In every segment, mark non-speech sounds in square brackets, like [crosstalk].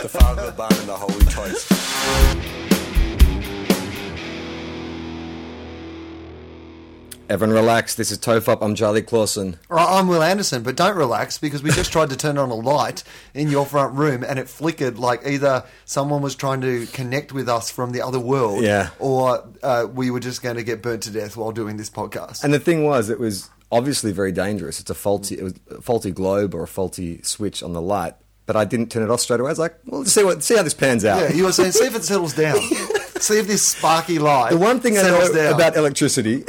The Father, the Son, and the Holy Ghost. Everyone relax. This is Tofop. I'm Charlie Clausen. Right, uh, I'm Will Anderson, but don't relax because we just tried to turn on a light in your front room and it flickered like either someone was trying to connect with us from the other world Yeah. or uh, we were just going to get burnt to death while doing this podcast. And the thing was, it was obviously very dangerous. It's a faulty, it was a faulty globe or a faulty switch on the light. But I didn't turn it off straight away. I was like, well, let's see what, see how this pans out. yeah, you were saying, see if it settles down. [laughs] see if this sparky light the one thing I know settles down. about electricity [laughs]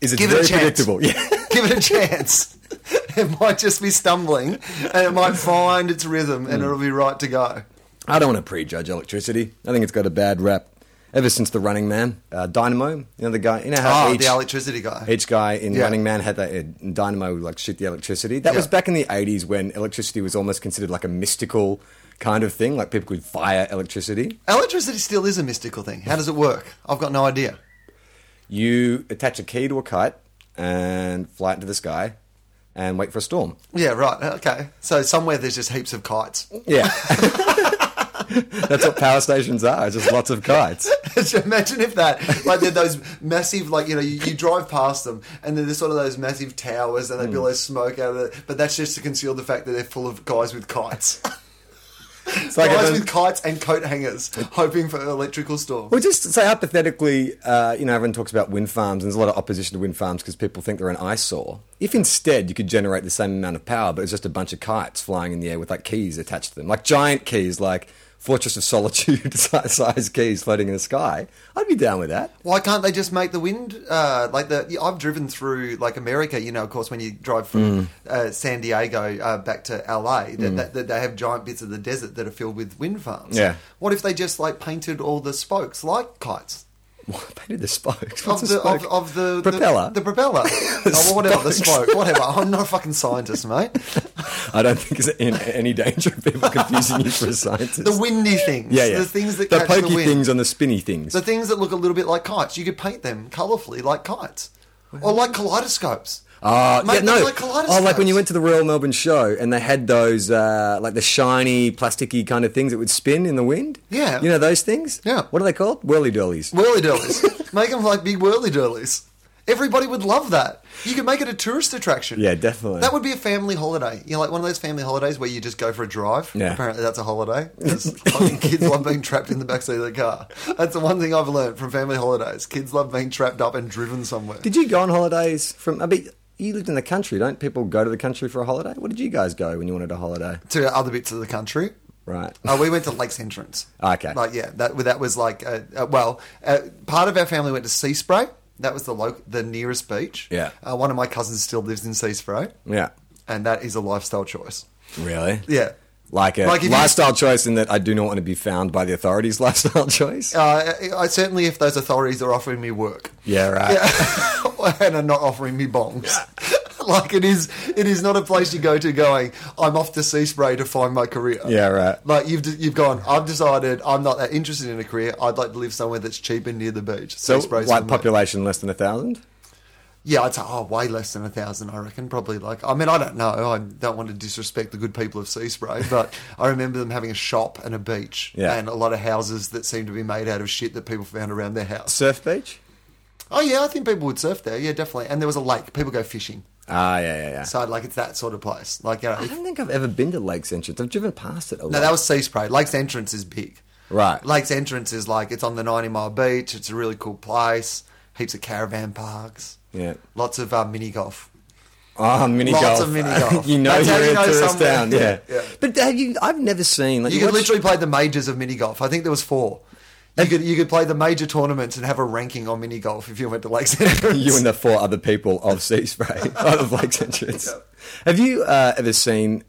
is it's Give it a very chance. predictable. [laughs] Yeah. Give it a chance. [laughs] it might just be stumbling and it might find its rhythm Hmm. and it'll be right to go. I don't want to prejudge electricity. I think it's got a bad rap ever since the Running Man, uh, Dynamo. You know the guy. You know how Oh, each, the electricity guy. each guy in Yeah. Running Man had that uh, Dynamo would like shoot the electricity. That was Yeah. back in the eighties when electricity was almost considered like a mystical kind of thing. Like people could fire electricity. electricity still is a mystical thing. How does it work? I've got no idea. You attach a key to a kite and fly it into the sky and wait for a storm. Yeah, right. Okay. So somewhere there's just heaps of kites. [laughs] Yeah. [laughs] That's what power stations are. It's just lots of [laughs] kites. Just Imagine if that, like, they're those massive, like, you know, you, you drive past them and then there's sort of those massive towers and they blow Hmm. smoke out of it. But that's just to conceal the fact that they're full of guys with kites. It's like guys everyone- with kites and coat hangers hoping for electrical storm. Well, just say hypothetically, uh, you know, everyone talks about wind farms, and there's a lot of opposition to wind farms because people think they're an eyesore. If instead you could generate the same amount of power, but it's just a bunch of kites flying in the air with like keys attached to them, like giant keys, like Fortress of Solitude [laughs] si- size keys floating in the sky, I'd be down with that. Why can't they just make the wind uh, like the? yeah, I've driven through like America, you know. Of course, when you drive Mm. from uh, San Diego uh, back to LA, that, that, that they have giant bits of the desert that are filled with wind farms. Yeah. What if they just like painted all the spokes like kites? What [laughs] painted the spokes? Of What's the, a spoke? of, of the the- propeller. [laughs] the, propeller, oh, whatever the spokes. spoke, whatever. I'm not a fucking scientist, mate. [laughs] I don't think there's in any danger of [laughs] people confusing you for a scientist. The windy things, yeah, yeah. the things that the catch pokey the wind. things on the spinny things. The things that look a little bit like kites, you could paint them colourfully like kites. Or like kaleidoscopes. Uh, Mate, yeah, no. they're like kaleidoscopes. oh, like when you went to the Royal Melbourne Show and they had those, uh, like the shiny, plasticky kind of things that would spin in the wind. Yeah. You know those things? Yeah. What are they called? Whirly dollies. Whirly [laughs] dirlies. make them like big whirly dirlies. Everybody would love that. You could make it a tourist attraction. Yeah, definitely. That would be a family holiday. You know, like one of those family holidays where you just go for a drive. Yeah. Apparently, that's a holiday. [laughs] 'Cause fucking kids love being trapped in the backseat of the car. That's the one thing I've learned from family holidays. Kids love being trapped up and driven somewhere. Did you go on holidays from? I mean, you lived in the country. Don't people go to the country for a holiday? Where did you guys go when you wanted a holiday? to other bits of the country. Right. Uh, we went to Lakes Entrance. Okay. Like yeah, that that was like uh, uh, well, uh, part of our family went to Sea Spray. That was the lo- the nearest beach. Yeah. Uh, one of my cousins still lives in Sea Spray, [laughs] yeah. and that is a lifestyle choice. Really? Yeah. Like a Like if you- lifestyle choice in that I do not want to be found by the authorities. [laughs] Lifestyle choice. Uh, I, I certainly, if those authorities are offering me work, yeah. Right. [laughs] and are not offering me bongs. [laughs] Like it is, it is not a place you go to. Going, I'm off to Sea Spray to find my career. Yeah, right. Like you've you've gone. I've decided I'm not that interested in a career. I'd like to live somewhere that's cheap and near the beach. So, Sea Spray's for white me. population less than a thousand. Yeah, I'd say oh, way less than a thousand. I reckon probably like. I mean, I don't know. I don't want to disrespect the good people of Sea Spray, [laughs] but I remember them having a shop and a beach Yeah. and a lot of houses that seemed to be made out of shit that people found around their house. Surf beach. Oh yeah, I think people would surf there. Yeah, definitely. And there was a lake. People go fishing. Ah, yeah, yeah, yeah. So like it's that sort of place. Like you know, I don't think I've ever been to Lakes Entrance. I've driven past it a lot. no, that was Sea Spray. Lake's entrance is big. Right. Lake's entrance is like it's on the ninety mile beach. It's a really cool place. Heaps of caravan parks. Yeah. Lots of uh, mini golf. oh, mini Lots golf. [laughs] of mini golf. you know That's how you're you in know tourist somewhere. town. Yeah. Yeah. But have you, I've never seen. Like, You could watch- literally play the majors of mini golf. I think there was four. You could, you could play the major tournaments and have a ranking on mini golf if you went to Lakes [laughs] [laughs] Entrance. you and the four other people of Sea Spray, [laughs] of Lakes Entrance. Have you uh, ever seen,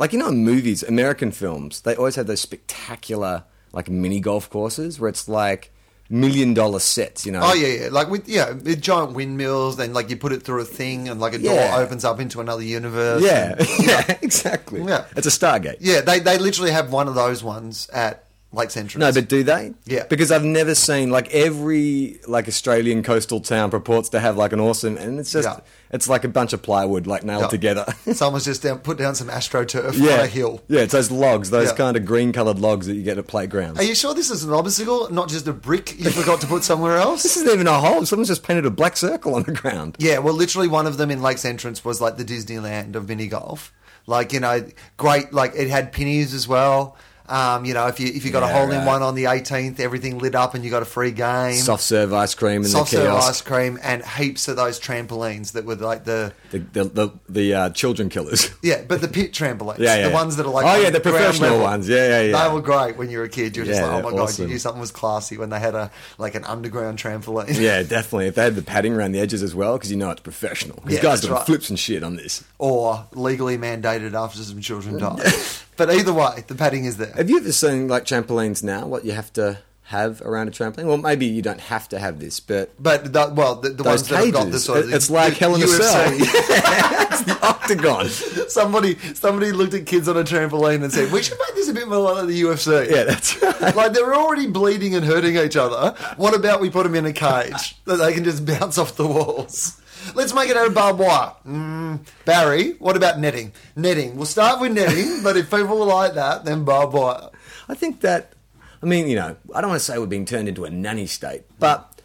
like, you know, in movies, American films, they always have those spectacular, like, mini golf courses where it's like million dollar sets, you know? Oh yeah, yeah. Like with yeah, with giant windmills. Then like you put it through a thing, and like a door Yeah. opens up into another universe. Yeah, [laughs] yeah, exactly. Yeah. It's a Stargate. yeah. They they literally have one of those ones at Lakes Entrance. No, but do they? Yeah. Because I've never seen like every like Australian coastal town purports to have like an awesome, and it's just Yeah. it's like a bunch of plywood like nailed Yeah. together. [laughs] [laughs] someone's just down, put down some astroturf on yeah. a hill. Yeah, it's those logs, those Yeah. kind of green coloured logs that you get at playgrounds. Are you sure this is an obstacle, not just a brick you forgot [laughs] to put somewhere else? this isn't even a hole. Someone's just painted a black circle on the ground. Yeah, well, literally one of them in Lakes Entrance was like the Disneyland of mini golf. Like you know, great. Like it had pennies as well. Um, you know, if you if you got a Yeah, hole in right. one on the 18th, everything lit up and you got a free game. Soft serve ice cream in soft the serve kiosk. ice cream and heaps of those trampolines that were like the The the the, the uh, children killers. [laughs] yeah, but the pit trampolines, Yeah, yeah, the yeah. ones that are like Oh, yeah, the ground professional level. ones. Yeah, yeah, yeah. They were great when you were a kid. You were just Yeah, like, oh my god, you awesome. knew something was classy when they had a like an underground trampoline. yeah, definitely. If they had the padding around the edges as well, because you know it's professional. These Yeah, guys that's doing right. flips and shit on this. [laughs] or legally mandated after some children died. [laughs] but either way, the padding is there. Have you ever seen like trampolines now? What you have to have around a trampoline? Well, maybe you don't have to have this, but But the, well, the, the those ones that have cages. got the sort of it's like the Hell in a Cell. [laughs] [laughs] UFC. it's the octagon. [laughs] somebody somebody looked at kids on a trampoline and said, "We should make this a bit more like the UFC." Yeah, that's right. like they're already bleeding and hurting each other. What about we put them in a cage that they can just bounce off the walls? Let's make it out of barbed wire. Mm, Barry, what about netting? Netting. We'll start with netting, but if people like that, then barbed wire. I think that. I mean, you know, I don't want to say we're being turned into a nanny state, but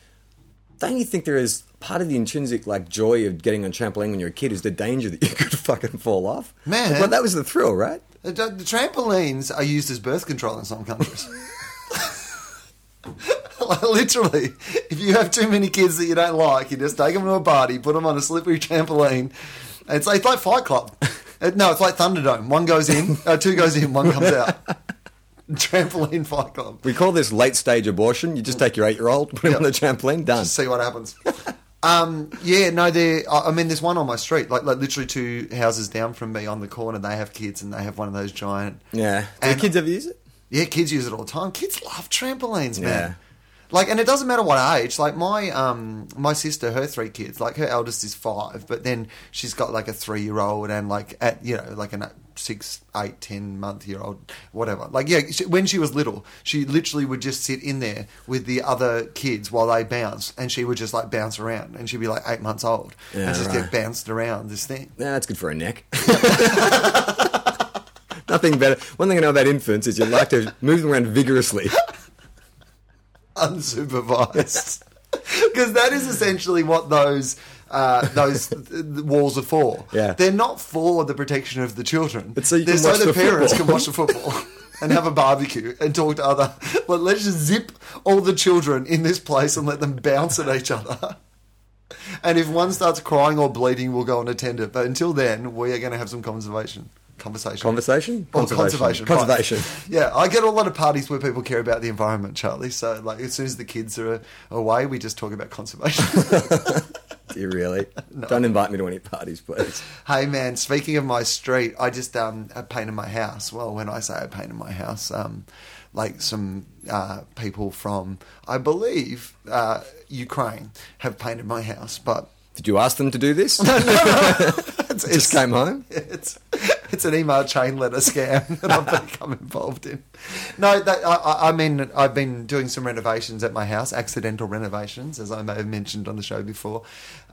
don't you think there is part of the intrinsic like joy of getting on trampoline when you're a kid is the danger that you could [laughs] fucking fall off? Man. well, that was the thrill, right? Uh, The, the trampolines are used as birth control in some countries. [laughs] Like, Literally, if you have too many kids that you don't like, you just take them to a party, put them on a slippery trampoline. It's like, it's like Fight Club. Uh, No, it's like Thunderdome. One goes in, uh, two goes in, one comes out. trampoline Fight Club. We call this late stage abortion. You just Mm. take your eight year old, put him on the trampoline, done. See what happens. Um, yeah, no, there. I I mean, there's one on my street, like, like literally two houses down from me on the corner. They have kids, and they have one of those giant. Yeah. Do the And- kids ever use it? Yeah, kids use it all the time. Kids love trampolines, man. Yeah. Like, and it doesn't matter what age. Like my um my sister, her three kids. Like her eldest is five, but then she's got like a three year old and like at you know like a six, eight, ten month year old, whatever. Like yeah, she, when she was little, she literally would just sit in there with the other kids while they bounced, and she would just like bounce around, and she'd be like eight months old Yeah, and just right. get bounced around this thing. Nah, that's good for a neck. [laughs] Nothing better. One thing I know about infants is you like to move them around vigorously. unsupervised. [laughs] Because that is essentially what those uh, those th- th- walls are for. Yeah. They're not for the protection of the children. It's so you They're can watch so the, the parents football. can watch [laughs] the football and have a barbecue and talk to other. But let's just zip all the children in this place and let them bounce at each other. And if one starts crying or bleeding, we'll go and attend it. But until then, we are going to have some conservation. Conversation. Conversation? Or Conservation. Oh, conservation. Conservation. right. Yeah, I get a lot of parties where people care about the environment, Charlie. So, like, as soon as the kids are uh, away, we just talk about conservation. [laughs] Do you [laughs] really? Don't invite me to any parties, please. hey, man, speaking of my street, I just um, I painted my house. Well, when I say I painted my house, um, like some uh, people from, I believe, uh, Ukraine have painted my house, but Did you ask them to do [laughs] this? it's, Just [laughs] came home? It's it's an email chain letter scam that [laughs] I've become involved in. No, that, I- I, I mean I've been doing some renovations at my house, accidental renovations, as I may have mentioned on the show before.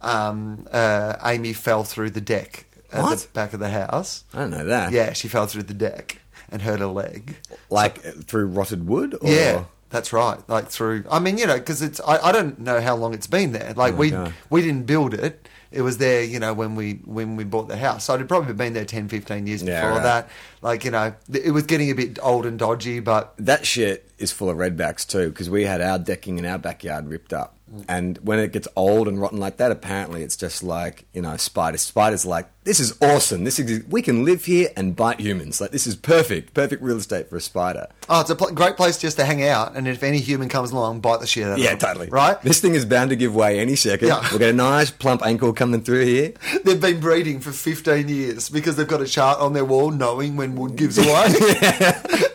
Um, uh, Amy fell through the deck at the What? back of the house. I don't know that. Yeah, she fell through the deck and hurt her leg. Like uh, through rotted wood? Or... Yeah, that's right. Like through, I mean, you know, because it's I, I don't know how long it's been there. Like we God. we didn't build it. It was there, you know, when we when we bought the house. So it'd probably been there 10, 15 years Yeah, before right. that. Like you know, th- it was getting a bit old and dodgy, but That shit is full of redbacks too, because we had our decking in our backyard ripped up. And when it gets old and rotten like that, apparently it's just like, you know, spiders. Spiders like this is awesome. This is, we can live here and bite humans. Like this is perfect, perfect real estate for a spider. Oh, it's a pl- great place just to hang out, and if any human comes along, bite the shit out of Yeah, them. totally. Right? This thing is bound to give way any second. Yeah. We'll get a nice plump ankle coming through here. [laughs] They've been breeding for 15 years because they've got a chart on their wall knowing when wood gives away. [laughs]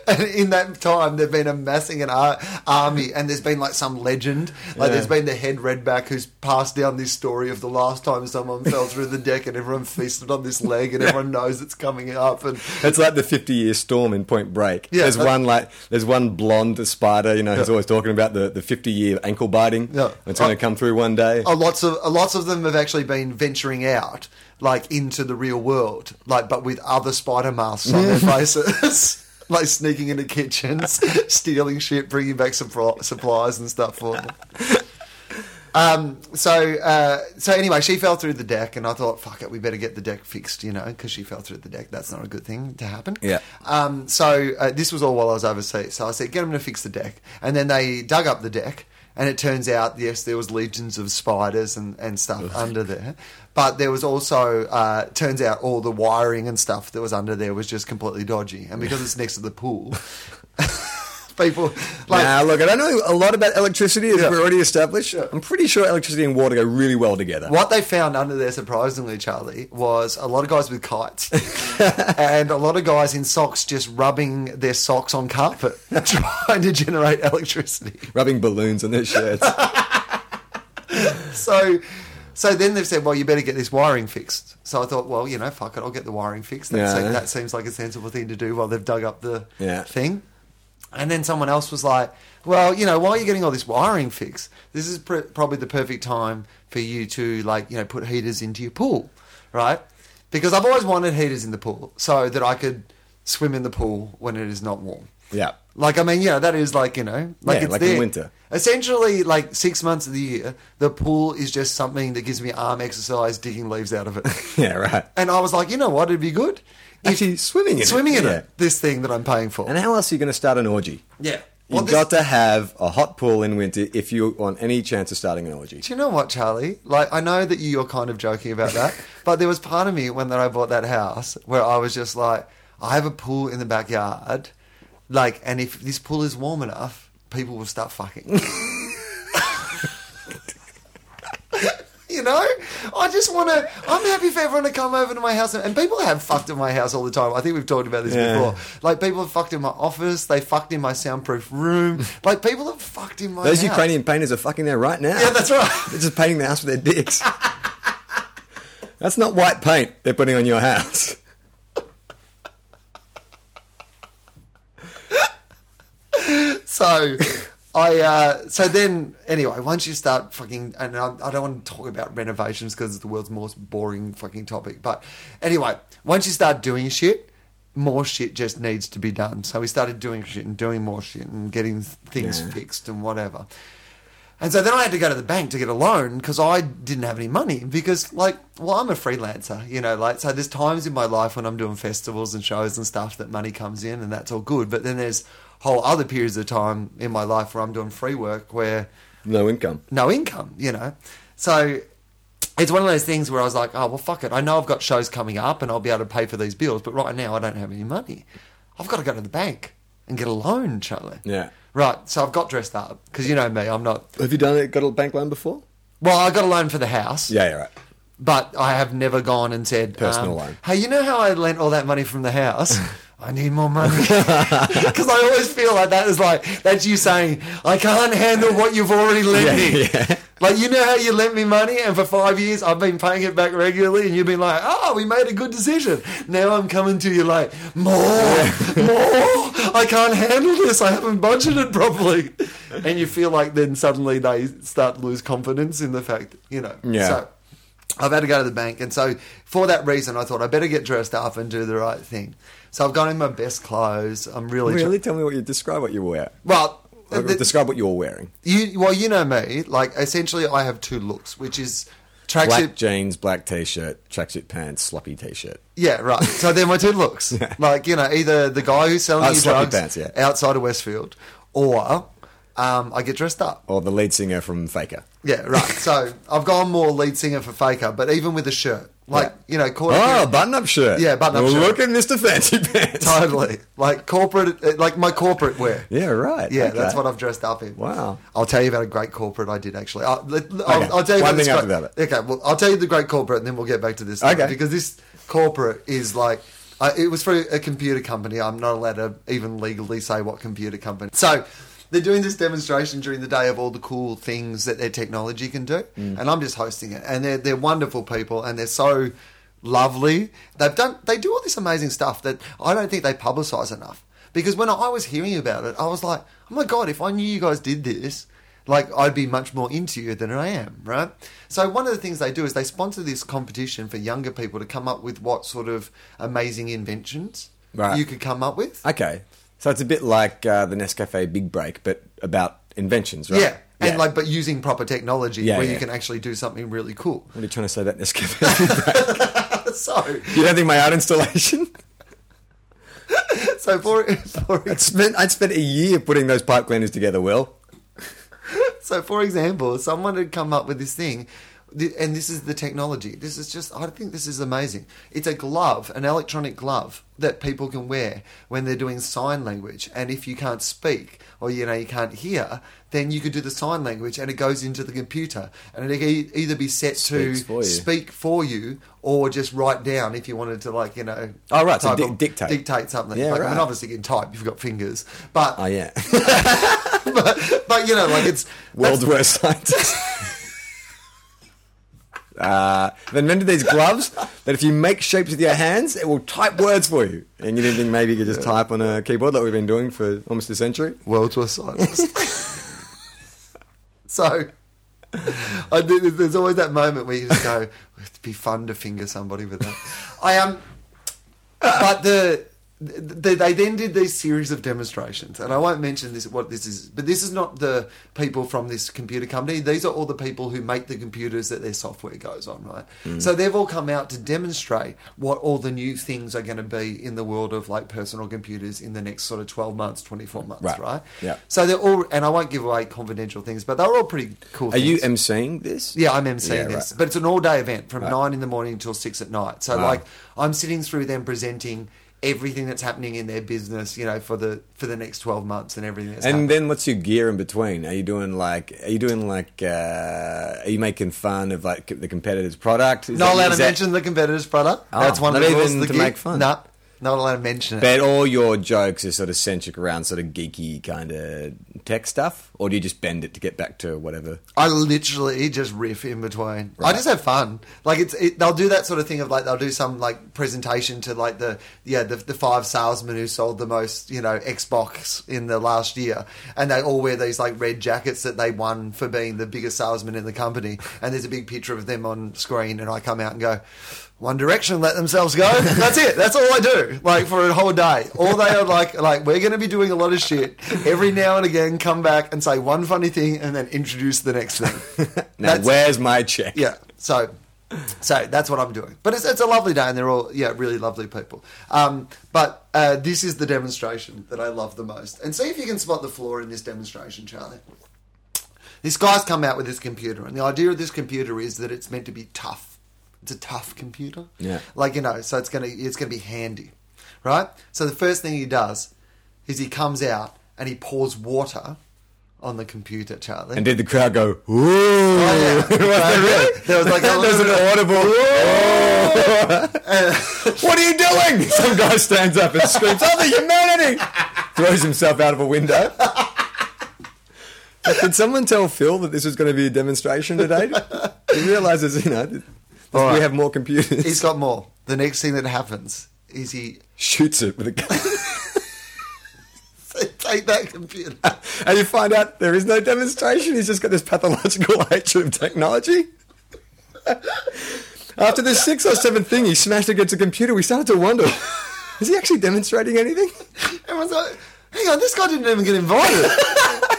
and in that time, they've been amassing an ar- army, and there's been like some legend. Like, Yeah. there's been the head redback who's passed down this story of the last time someone fell through the deck and everyone [laughs] feasted on this leg, and everyone knows it's coming up. And It's like the fifty-year storm in Point Break. Yeah, there's that- one like there's one blonde spider, you know, who's Yeah. always talking about the, the fifty-year ankle biting. Yeah. It's going Oh. to come through one day. a lots of a lots of them have actually been venturing out like into the real world like but with other spider masks on their faces [laughs] like sneaking into kitchens [laughs] stealing shit bringing back suppl- supplies and stuff for them um, so uh, so anyway she fell through the deck and i thought fuck it we better get the deck fixed you know because she fell through the deck that's not a good thing to happen Yeah. um, so uh, this was all while I was overseas. So I said, get them to fix the deck. And then they dug up the deck. And it turns out, yes, there was legions of spiders and, and stuff under there. But there was also, uh, turns out, all the wiring and stuff that was under there was just completely dodgy. And because it's next to the pool, [laughs] people, like, now, look, I don't know a lot about electricity, as we already established. I'm pretty sure electricity and water go really well together. [laughs] What they found under there, surprisingly, Charlie, was a lot of guys with kites and a lot of guys in socks just rubbing their socks on carpet, [laughs] trying to generate electricity. Rubbing balloons on their [laughs] shirts. [laughs] So, so then they've said, well, you better get this wiring fixed. So I thought, well, you know, fuck it, I'll get the wiring fixed. That, Yeah. seems, that seems like a sensible thing to do while they've dug up the Yeah. thing. And then someone else was like, well, you know, while you're getting all this wiring fixed, this is pr- probably the perfect time for you to, like, you know, put heaters into your pool, right? Because I've always wanted heaters in the pool so that I could swim in the pool when it is not warm. yeah. Like, I mean, yeah, that is like, you know, like Yeah, it's like in there. winter. Essentially, like six months of the year, the pool is just something that gives me arm exercise digging leaves out of it. [laughs] Yeah, right. and I was like, you know what, it'd be good. if- Actually, swimming in it. Swimming in Yeah. it. This thing that I'm paying for. And how else are you going to start an orgy? yeah. You've Well, this- got to have a hot pool in winter if you want any chance of starting an orgy. Do you know what, Charlie? Like, I know that you're kind of joking [laughs] about that, but there was part of me when that I bought that house where I was just like, I have a pool in the backyard, like, and if this pool is warm enough, people will start [laughs] fucking. [laughs] you know, I just want to. I'm happy for everyone to come over to my house, and, and people have fucked at my house all the time. I think we've talked about this Yeah. before. Like, people have fucked in my office, they fucked in my soundproof [laughs] room. Like, people have fucked in my Those house. Ukrainian painters are fucking there right now. Yeah, that's right. [laughs] They're just painting the house with their [laughs] dicks. that's not white paint they're putting on your house. [laughs] So, I uh, so then anyway, once you start fucking, and I, I don't want to talk about renovations because it's the world's most boring fucking topic. But anyway, once you start doing shit, more shit just needs to be done. So we started doing shit and doing more shit and getting things Yeah. fixed and whatever. And so then I had to go to the bank to get a loan because I didn't have any money. Because, like, well, I'm a freelancer, you know, like, so there's times in my life when I'm doing festivals and shows and stuff that money comes in and that's all good. But then there's whole other periods of time in my life where I'm doing free work where No income. no income, you know. So it's one of those things where I was like, oh, well, fuck it. I know I've got shows coming up and I'll be able to pay for these bills, but right now I don't have any money. I've got to go to the bank and get a loan, Charlie. Yeah. Right. So I've got dressed up because you know me, I'm not. Have you done it? Got a bank loan before? Well, I got a loan for the house, Yeah, yeah, right. but I have never gone and said um, Personal loan. Hey, you know how I lent all that money from [laughs] the house? I need more money [laughs] because I always feel like that is like that's you saying I can't handle what you've already lent me. Yeah, yeah. [laughs] Like you know how you lent me money, and for five years I've been paying it back regularly, and you've been like, "Oh, we made a good decision." Now I'm coming to you like, "More, more! I can't handle this. I haven't budgeted properly," and you feel like then suddenly they start to lose confidence in the fact, you know. Yeah. So I've had to go to the bank, and so for that reason, I thought I better get dressed up and do the right thing. So I've gone in my best clothes. I'm really, Really? Tell me what you describe what you wear. well. Or the- describe what you're wearing. you well, you know me. Like essentially, I have two looks, which is Black tracksuit. jeans, black t-shirt, tracksuit pants, sloppy t-shirt. Yeah, right. So they're my two [laughs] looks. Like you know, either the guy who's selling Oh, you sloppy drugs pants, yeah. outside of Westfield, or um, I get dressed up. Or the lead singer from Faker. Yeah, right. So I've gone more lead singer for Faker, but even with a shirt. Like you know, corporate. [laughs] Oh, button up shirt. Yeah, button-up Well, shirt. Look at Mr. Fancy [laughs] Pants. [laughs] totally. Like corporate, uh, like my corporate wear. Yeah, right. Yeah, Okay. that's what I've dressed up in. Wow. I'll tell you about a great corporate I did actually. I'll, let- I'll, Okay. I'll tell you One about this thing after great- that. Okay, well, I'll tell you the great corporate, and then we'll get back to this. Okay. one, because this corporate is like. Uh, it was for a computer company. I'm not allowed to even legally say what computer company. So they're doing this demonstration during the day of all the cool things that their technology can do, Mm. and I'm just hosting it. And they're they're wonderful people, and they're so lovely. They've done they do all this amazing stuff that I don't think they publicise enough. Because when I was hearing about it, I was like, oh my god, if I knew you guys did this, like I'd be much more into you than I am, right? So one of the things they do is they sponsor this competition for younger people to come up with what sort of amazing inventions Right. you could come up with. Okay. So it's a bit like uh, the Nescafe Big Break, but about inventions, right? Yeah. And like but using proper technology Yeah, where yeah. you can actually do something really cool. [laughs] What are you trying to say about Nescafe? [laughs] so you don't think my art installation? so for, for [laughs] I'd spent, I'd spent a year putting those pipe cleaners together, Will. So, for example, someone had come up with this thing, th- and this is the technology. This is just, I think this is amazing. It's a glove, an electronic glove that people can wear when they're doing sign language. And if you can't speak or you know you can't hear, then you could do the sign language, and it goes into the computer, and it can e- either be set Speaks to for you. speak for you or just write down if you wanted to, like you know. Oh, right, so type di- or- dictate. dictate something. Yeah, like, I mean, right. obviously you can type. You've got fingers, but Oh, yeah. [laughs] but, but you know, [laughs] like it's World's worst [laughs] scientist. Uh, then remember these gloves that if you make shapes with your hands, it will type words for you. And you didn't think maybe you could just type on a keyboard like we've been doing for almost a century? worlds [laughs] were silence. so I, think there's always that moment where you just go, it'd be fun to finger somebody with that. I am. Um, but the. They, they then did these series of demonstrations, and I won't mention this what this is, but this is not the people from this computer company. These are all the people who make the computers that their software goes on, right? Mm. So they've all come out to demonstrate what all the new things are going to be in the world of like personal computers in the next sort of twelve months, twenty four months, Right. right? Yeah. So they're all, and I won't give away confidential things, but they're all pretty cool. Are you things. emceeing this? Yeah, I'm emceeing Yeah, this, right. but it's an all day event from nine in the morning till six at night. So like I'm sitting through them presenting everything that's happening in their business, you know, for the for the next twelve months and everything. That's And happening. then what's your gear in between? Are you doing like? Are you doing like? Uh, are you making fun of like the competitor's product? Is not that- allowed is to that- mention the competitor's product. Oh, that's one not of the rules even of to the gig. make fun. No, not allowed to mention it. But all your jokes are sort of centric around sort of geeky kind of tech stuff, or do you just bend it to get back to whatever? I literally just riff in between. Right. I just have fun. Like it's it, they'll do that sort of thing of like they'll do some like presentation to like the yeah the, the five salesmen who sold the most you know Xbox in the last year, and they all wear these like red jackets that they won for being the biggest salesman in the company. And there's a big picture of them on screen, and I come out and go. One Direction let themselves go. That's it. That's all I do. Like for a whole day, all they are like, like we're going to be doing a lot of shit every now and again. Come back and say one funny thing, and then introduce the next thing. Now, That's- where's my check? Yeah. So, so that's what I'm doing. But it's, it's a lovely day, and they're all yeah really lovely people. Um, but uh, this is the demonstration that I love the most. And see if you can spot the flaw in this demonstration, Charlie. This guy's come out with this computer, and the idea of this computer is that it's meant to be tough. It's a tough computer. Yeah. Like you know, so it's gonna it's gonna be handy, right? So the first thing he does is he comes out and he pours water on the computer, Charlie. And did the crowd go? Ooh! [laughs] Was there really? Oh, [laughs] There was like a There's an little- audible. "Ooh." [laughs] what are you doing? [laughs] Some guy stands up and screams, "Other humanity!" [laughs] Throws himself out of a window. Did someone tell Phil that this was going to be a demonstration today? He realizes, you know, that All we right. have more computers. He's got more. The next thing that happens is he [laughs] Shoots it with a gun, take that computer. and you find out there is no demonstration. He's just got this pathological [laughs] hatred of technology. [laughs] After the sixth or seventh thing he smashed against a computer, we started to wonder: [laughs] is he actually demonstrating anything? [laughs] Everyone's like, hang on, this guy didn't even get invited.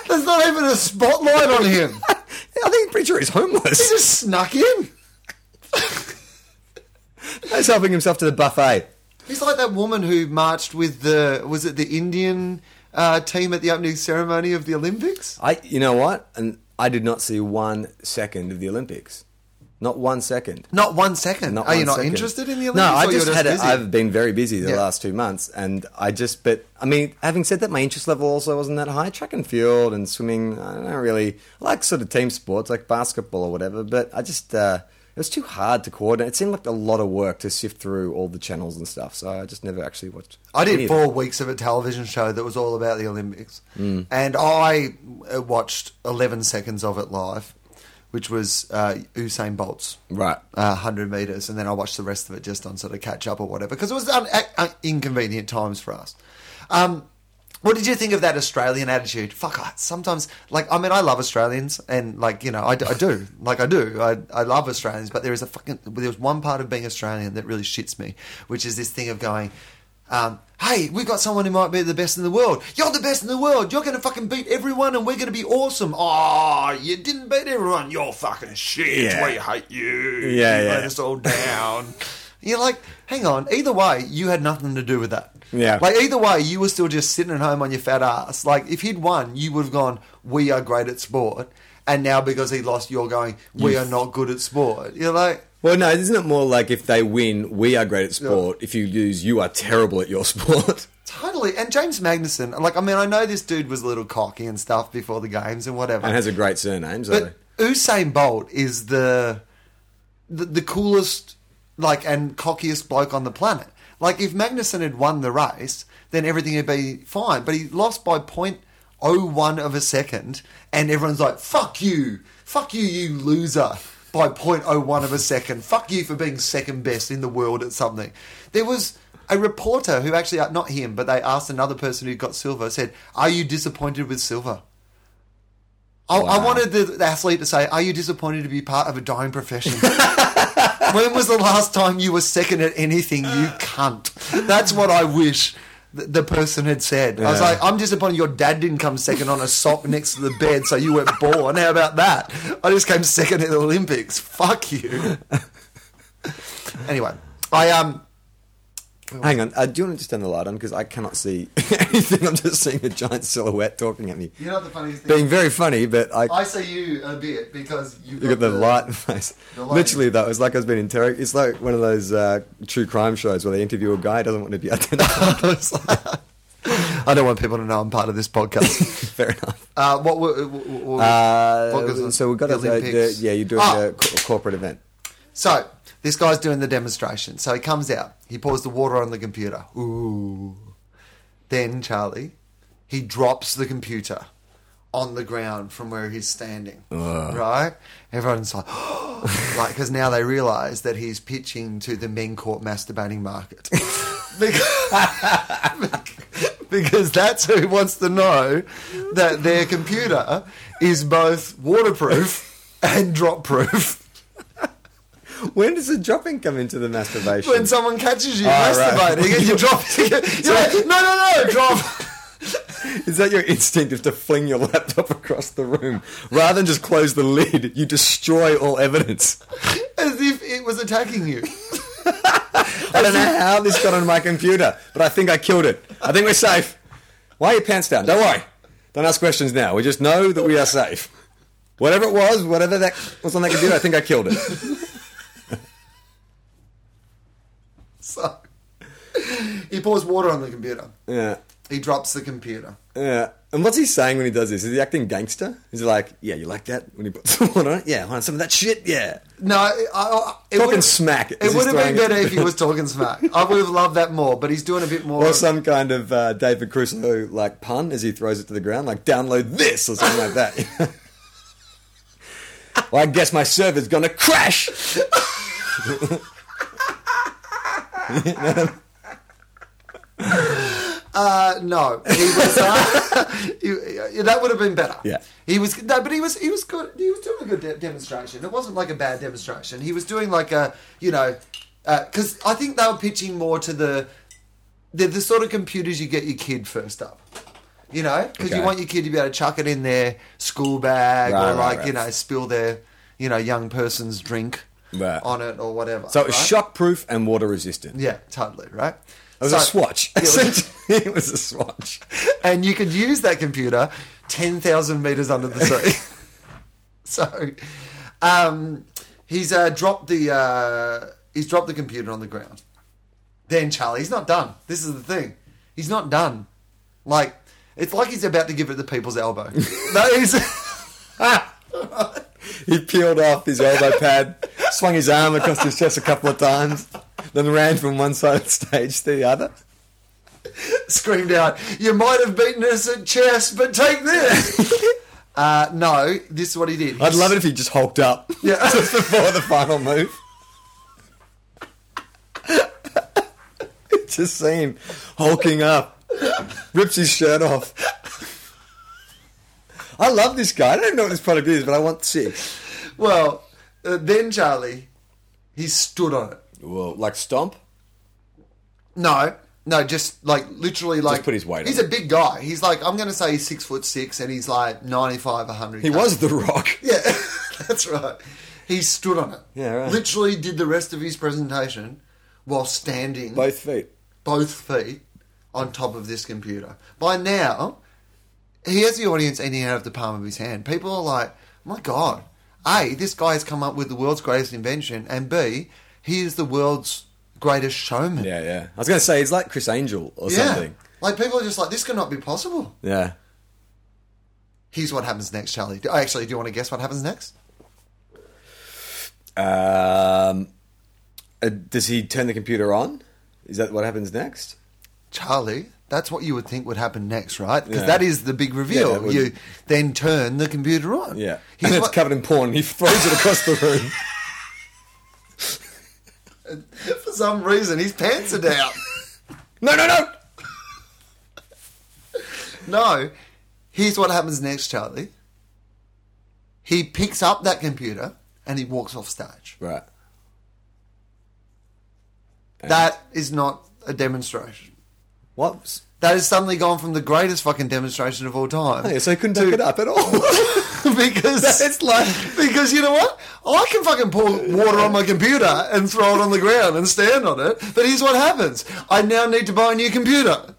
There's not even a spotlight on him. I think I'm pretty sure he's He homeless. just snuck in. [laughs] He's helping himself to the buffet. He's like that woman who marched with the was it the Indian uh, team at the opening ceremony of the Olympics? I, you know what? And I did not see one second of the Olympics. Not one second. Not one second. Not Are you one not second. interested in the Olympics? No, I or you're just had. busy? I've been very busy the Yeah. last two months, and I just. But I mean, having said that, my interest level also wasn't that high. Track and field and swimming. I don't really I like sort of team sports, like basketball or whatever. But I just. Uh, it was too hard to coordinate. It seemed like a lot of work to sift through all the channels and stuff. So I just never actually watched. I any did of it. four weeks of a television show that was all about the Olympics, and I uh, watched 11 seconds of it live, which was uh, Usain Bolt's Right. uh, 100 meters, and then I watched the rest of it just on sort of catch up or whatever because it was un- a- un- inconvenient times for us. Um, what did you think of that Australian attitude? Fuck, I, sometimes, like, I mean, I love Australians, and like, you know, I, d- I do, [laughs] like, I do, I, I love Australians, but there is a fucking, there's one part of being Australian that really shits me, which is this thing of going, um, hey, we got someone who might be the best in the world. You're the best in the world. You're going to fucking beat everyone, and we're going to be awesome. Oh, you didn't beat everyone. You're fucking shit. Yeah. We hate you Yeah, you yeah. let us all down. [laughs] You're like, hang on. Either way, you had nothing to do with that. Yeah. Like either way, you were still just sitting at home on your fat ass. Like if he'd won, you would have gone, "We are great at sport," and now because he lost, you're going, "We are not good at sport." You're like, Well, no, isn't it more like if they win, we are great at sport. If you lose, you are terrible at your [laughs] sport. Totally. And James Magnuson, like, I mean, I know this dude was a little cocky and stuff before the games and whatever. and has a great surname. So. But Usain Bolt is the, the the coolest, like, and cockiest bloke on the planet. Like, if Magnuson had won the race, then everything would be fine. But he lost by 0.01 of a second, and everyone's like, fuck you. Fuck you, you loser. By 0.01 of a second. Fuck you for being second best in the world at something. There was a reporter who actually, uh, not him, but they asked another person who got silver, said, Are you disappointed with silver? I, I Wow. wanted the, the athlete to say, "Are you disappointed to be part of a dying profession?" [laughs] when was the last time you were second at anything, [sighs] you cunt? That's what I wish th- the person had said. I was Yeah. like, "I'm disappointed your dad didn't come second on a sock next to the bed, so you weren't born." How about that? I just came second at the Olympics. Fuck you. [laughs] anyway, I um. Hang on, uh, do you want to just turn the light on because I cannot see [laughs] anything. I'm just seeing a giant silhouette talking at me, You know what the funniest thing? being very funny, but I. I see you a bit because you've you got the light in my face. the light. Literally, though, it's like I was being interrogated. It's like one of those uh, true crime shows where they interview a guy who doesn't want to be [laughs] identified. It's like, [laughs] I don't want people to know I'm part of this podcast. [laughs] Fair enough. Uh, what were, w- w- w- what goes Uh, on? so we've got the to, uh, the, Olympics. yeah, you're doing Ah, a co- corporate event. So this guy's doing the demonstration. So he comes out. He pours the water on the computer. Ooh. Then Charlie, he drops the computer on the ground from where he's standing. Right? Everyone's like, [gasps] like because now they realise that he's pitching to the men caught masturbating market. [laughs] because, because that's who wants to know that their computer is both waterproof and drop proof. When does the dropping come into the masturbation? when someone catches you Oh, right. [laughs] masturbating and you drop it again. [laughs] You're like, no, no, no, drop. [laughs] Is that your instinct is to fling your laptop [laughs] across the room rather than just close the lid? You destroy all [laughs] evidence. As if it was attacking you. [laughs] I don't know how this got on my computer, but I think I killed it. I think we're safe. Why are your pants down? Don't worry. Don't ask questions now. We just know that we are safe. Whatever it was, whatever that was on that computer, I think I killed it. So he pours water on the computer. Yeah. He drops the computer. Yeah. And what's he saying when he does this? Is he acting gangster? Is he like, yeah, you like that when he puts the water on it? Yeah, want some of that shit? Yeah. No, I, I, it Talking would've- smack. It would have been better if he was. was talking smack. I would have loved that more, but he's doing a [laughs] bit more. Or some kind of uh, David Crusoe like pun as he throws it to the ground, like download this or something like that. [laughs] well, I guess my server's gonna crash. Uh, no, he was. Uh, [laughs] he- uh, that would have been better. Yeah. he was. No, but he was. He was good. He was doing a good de- demonstration. It wasn't like a bad demonstration. He was doing like a, you know, because I think they were pitching more to the, the the sort of computers you get your kid first up. You know, because Okay. you want your kid to be able to chuck it in their school bag Right, or right, like right. you know spill their you know young person's drink Right. on it or whatever. So it was right? shockproof and water resistant. Yeah, totally right. It was a So- swatch. Yeah, it was- Essentially, [laughs] it was a swatch. [laughs] and you could use that computer [laughs] 10,000 meters under the sea. so, um, He's uh, dropped the uh, he's dropped the computer on the ground. Then Charlie, he's not done. This is the thing. He's not done. Like it's like he's about to give it the [laughs] people's elbow. no, he's. [laughs] He peeled off his elbow pad, swung his arm across his chest a couple of times, then ran from one side of the stage to the other. screamed out, "You might have beaten us at chess, but [laughs] take this." uh, no, this is what he did. I'd love it if he just hulked up Yeah. [laughs] just before the final move. just see him hulking up, rips his shirt off. I love this guy. I don't know what this product is, but I want six. Well, uh, then Charlie, he stood on it. Well, like stomp. No, no, just like literally, like put his weight on He's it. a big guy. He's like I'm going to say he's six foot six, and he's like 95, 100. He was the Rock. [laughs] [laughs] Yeah, [laughs] that's right. He stood on it. Yeah, right. Literally did the rest of his presentation while standing Both feet. both feet on top of this computer. By now, he has the audience in and out of the palm of his hand. People are like, my God, A, this guy has come up with the world's greatest invention, and B, he is the world's greatest showman. Yeah, yeah. I was going to say he's like Chris Angel or Yeah. something. Like, people are just like, this cannot be possible. Yeah. Here's what happens next, Charlie. Do- Actually, do you want to guess what happens next? Um, uh, does he turn the computer on? Is that what happens next? Charlie, that's what you would think would happen next, right? Because Yeah. that is the big reveal. Yeah, that would- You then turn the computer on. Yeah. Here's [laughs] and it's what- covered in porn. He throws it across the room. for some reason, his pants [laughs] are down. [laughs] No, no, no. No. Here's what happens next, Charlie. He picks up that computer and he walks off stage. Right. That is not a demonstration. What? was- That has suddenly gone from the greatest fucking demonstration of all time. Oh, yeah, so he couldn't pick it up at [laughs] all. [laughs] [laughs] because It's like because you know what? I can fucking pour water on my computer and throw it on the ground and stand on it. But here's what happens. I now need to buy a new computer.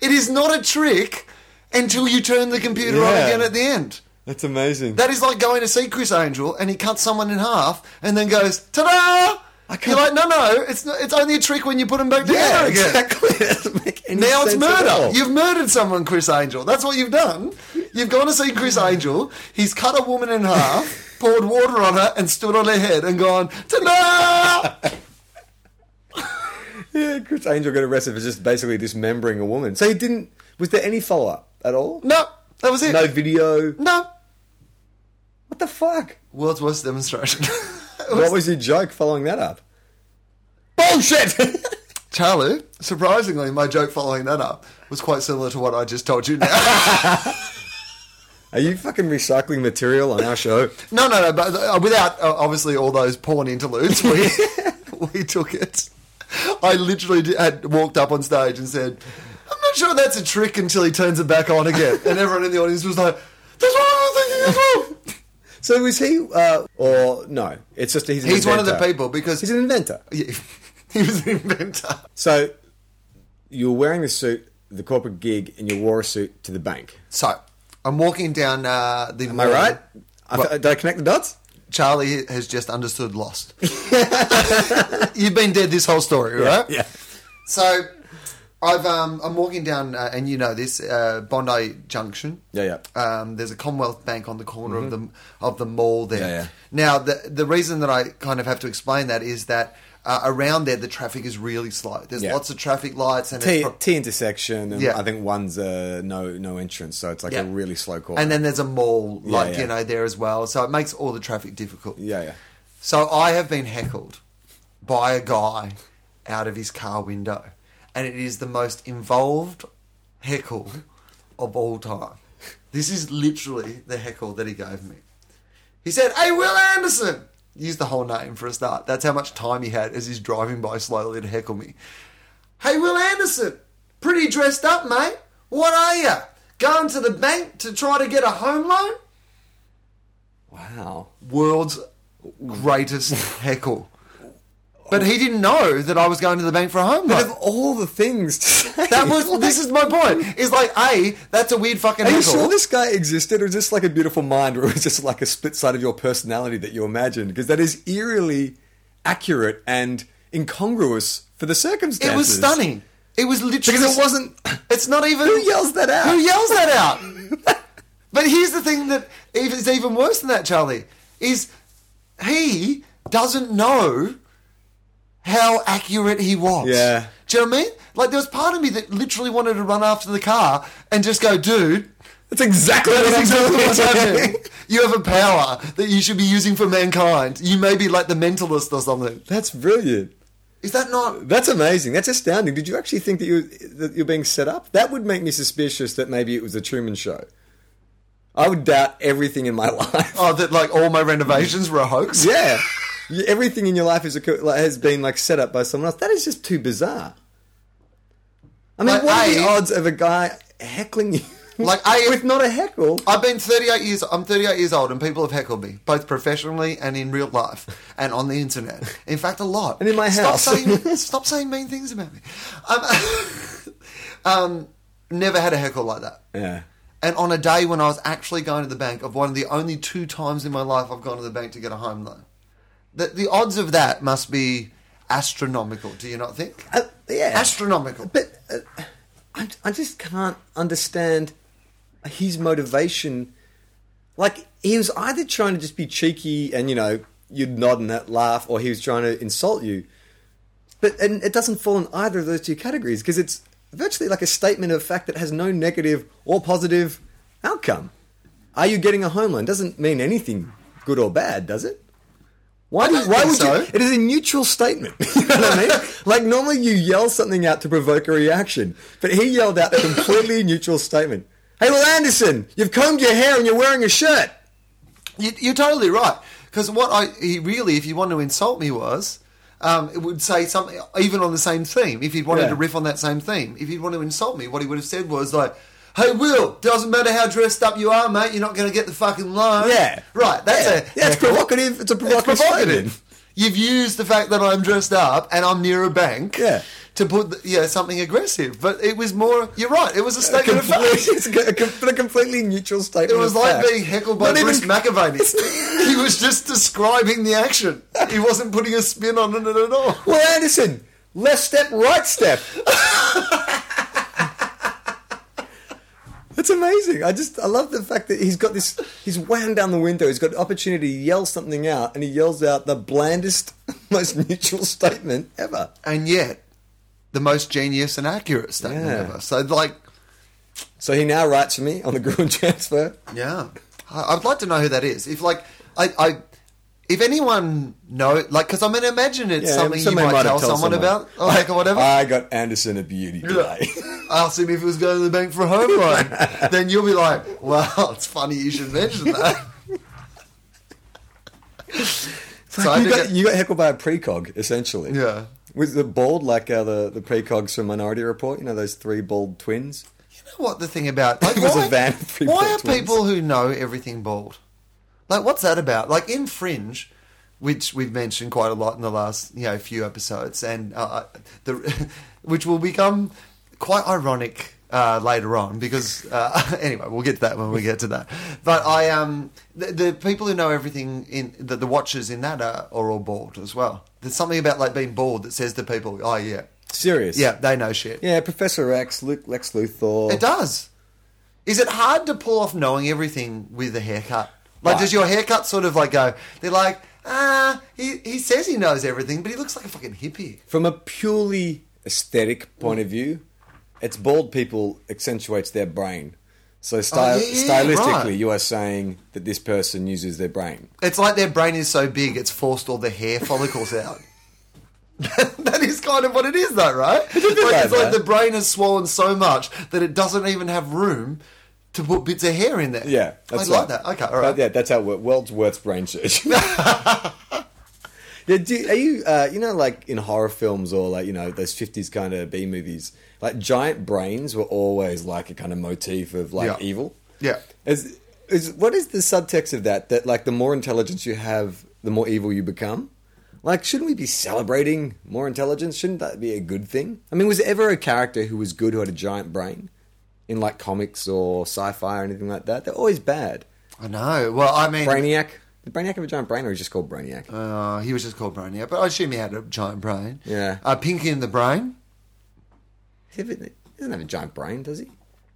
It is not a trick until you turn the computer on Yeah. again at the end. that's amazing. That is like going to see Chris Angel and he cuts someone in half and then goes, ta da! You're like, no, no, it's, not, it's only a trick when you put them back together yeah, again. exactly. [laughs] It doesn't make any Now it's sense at murder. all. You've murdered someone, Chris Angel. That's what you've done. You've gone to see Chris Angel. He's cut a woman [laughs] in half, poured water on her, and stood on her head and gone, ta [laughs] da! Yeah, Chris Angel got arrested for just basically dismembering a woman. So he didn't. Was there any follow up at all? No, that was it. No video. No. What the fuck? World's worst demonstration. [laughs] What was your joke following that up? Bullshit. Charlie, surprisingly, my joke following that up was quite similar to what I just told you now. [laughs] Are you fucking recycling material on our show? No, no, no. But uh, without uh, obviously all those porn [laughs] interludes, we we took it. I literally did, had walked up on stage and said, "I'm not sure that's a trick until he turns it back on again." And everyone in the audience was like, "That's what I was thinking as well." So was he, uh, or no? It's just he's an He's one of the inventor. people because He's an inventor. [laughs] he, he was an inventor. So you were wearing the suit, the corporate gig, and you wore a suit to the bank. So I'm walking down uh, the. Am I right? I th- did I connect the dots? Charlie has just understood Lost. [laughs] You've been dead this whole story, right? Yeah. So, I've um, I'm walking down, uh, and you know this uh, Bondi Junction. Yeah, yeah. Um, there's a Commonwealth Bank on the corner of the of the mall there. Mm-hmm. Yeah, yeah. Now, the the reason that I kind of have to explain that is that uh, around there the traffic is really slow. There's Yeah. lots of traffic lights, and T, it's pro- T intersection, and Yeah. I think one's uh, no no entrance, so it's like Yeah. a really slow corner. and then there's a mall Yeah, like yeah. you know there as well. So it makes all the traffic difficult. yeah, yeah. So I have been heckled by a guy out of his car window, and it is the most involved heckle of all time. This is literally the heckle that he gave me. He said, "Hey, Will Anderson." Use the whole name for a start. That's how much time he had as he's driving by slowly to heckle me. Hey, Will Anderson, pretty dressed up, mate. What are you? Going to the bank to try to get a home loan? Wow. world's greatest heckle. But he didn't know that I was going to the bank for a home But of loan. all the things to say, [laughs] That was. This is my point. Is like a. That's a weird fucking. Are you hurdle. sure this guy existed, or is this like a beautiful mind, or is this like a split side of your personality that you imagined? Because that is eerily accurate and incongruous for the circumstances. It was stunning. It was literally Because it wasn't. It's not even Who yells that out? Who yells that out? [laughs] but here's the thing that even- is even worse than that, Charlie, is he doesn't know how accurate he was. Yeah. Do you know what I mean? Like there was part of me that literally wanted to run after the car and just go, dude. That's exactly That's what exactly what's I'm happening. doing. You have a power that you should be using for mankind. You may be like the mentalist or something. [laughs] That's brilliant. Is that not That's amazing. That's astounding. Did you actually think that you that you're being set up? That would make me suspicious that maybe it was the Truman Show. I would doubt everything in my [laughs] life. oh that like all my renovations were a [laughs] hoax? Yeah, You- everything in your life is a, co- like, has been like set up by someone else. That is just too bizarre. I mean, Like, what are the I- odds of a guy heckling you? Like, [laughs] I- with not a heckle. I've been 38 years. I'm 38 years old, and people have heckled me both professionally and in real life and on the internet. In fact, a lot. And in my stop house. [laughs] Saying, stop saying mean things about me. Um, [laughs] um, never had a heckle like that. Yeah. And on a day when I was actually going to the bank, of one of the only two times in my life I've gone to the bank to get a home loan, the, the odds of that must be astronomical. Do you not think? Uh, yeah. Astronomical. But uh, I, I just can't understand his motivation. Like he was either trying to just be cheeky and you know you'd nod and that laugh, or he was trying to insult you. But and it doesn't fall in either of those two categories because it's virtually like a statement of fact that has no negative or positive outcome. Are you getting a home loan? Doesn't mean anything good or bad, does it? Why, do you, don't why think would so. you? It is a neutral statement. [laughs] you know what I mean? Like normally you yell something out to provoke a reaction, but he yelled out a completely neutral statement. Hey, Will Anderson, you've combed your hair and you're wearing a shirt. You, you're totally right. Because what I he really, if you want to insult me, was um, it would say something even on the same theme. If he'd wanted Yeah. to riff on that same theme, if he'd want to insult me, what he would have said was like. Hey Will, doesn't matter how dressed up you are, mate. You're not going to get the fucking loan. Yeah. Oh. right. That's yeah. a yeah, [laughs] it's provocative. It's a It's provocative. provocative. statement. You've used the fact that I'm dressed up and I'm near a bank. Yeah. to put the- yeah something aggressive. But it was more. You're right. It was a statement of fact. Complete- [laughs] it's a com- but a completely neutral statement. It was of like fact. being heckled by Not even- Bruce [laughs] [laughs] McAvaney. he was just describing the action. He wasn't putting a spin on it at all. Will Anderson, left step, right step. That's amazing. I just I love the fact that he's got this. He's wham down the window. He's got an opportunity to yell something out, and he yells out the blandest, [laughs] most neutral statement ever. And yet, the most genius and accurate statement Yeah. ever. So, like, So he now writes for me on the Gruen transfer. yeah, I- I'd like to know who that is. If like, I, I if anyone know, like, because I mean, imagine it's Yeah, something you somebody might, might have tell told someone, someone. about, or like, or whatever. I got Anderson a beauty today. [laughs] [laughs] Ask him if he was going to the bank for a home loan. then you'll be like, well, it's funny you should mention that. so I you, did got, get- you got heckled by a precog, essentially. Yeah. Was the bald like uh, the the precogs from Minority Report? You know those three bald twins. know what the thing about like It was a why, van [laughs] of three why are twins. people who know everything bald? Like what's that about? Like in Fringe, which we've mentioned quite a lot in the last you know few episodes, and uh, the [laughs] which will become quite ironic. Uh, later on, because uh, [laughs] anyway, we'll get to that when we get to that. But I um, the, the people who know everything in the, the watchers in that are, are all bald as well. There's something about like being bald that says to people, "Oh yeah, Serious. yeah, they know shit." Yeah, Professor X, Luke, Lex Luthor. It does. Is it hard to pull off knowing everything with a haircut? Like, Right. does your haircut sort of like go? They're like, ah, he, he says he knows everything, but he looks like a fucking hippie. From a purely aesthetic point of view, it's bald people accentuates their brain. So sty- Oh, yeah, yeah, stylistically, right. you are saying that this person uses their brain. It's like their brain is so big, it's forced all the hair follicles out. [laughs] that is kind of what it is, though, right? Like, like it's like that. the brain has swollen so much that it doesn't even have room to put bits of hair in there. Yeah, I that's like right. that. Okay, all But right. yeah, that's how it works. World's worst brain surgeon. [laughs] [laughs] yeah, do, are you? Uh, you know, like in horror films or like you know those fifties kind of B movies, like giant brains were always like a kind of motif of like Yeah. evil. Yeah. Is is what is the subtext of that? That like the more intelligence you have, the more evil you become. Like, shouldn't we be celebrating more intelligence? Shouldn't that be a good thing? I mean, was there ever a character who was good who had a giant brain in like comics or sci-fi or anything like that? They're always bad. I know. Well, I mean, Brainiac. Did Brainiac have a giant brain, or he's just called Brainiac? uh, he was just called Brainiac, but I assume he had a giant brain. Yeah. Uh, Pinky in the Brain. He doesn't have a giant brain, does he?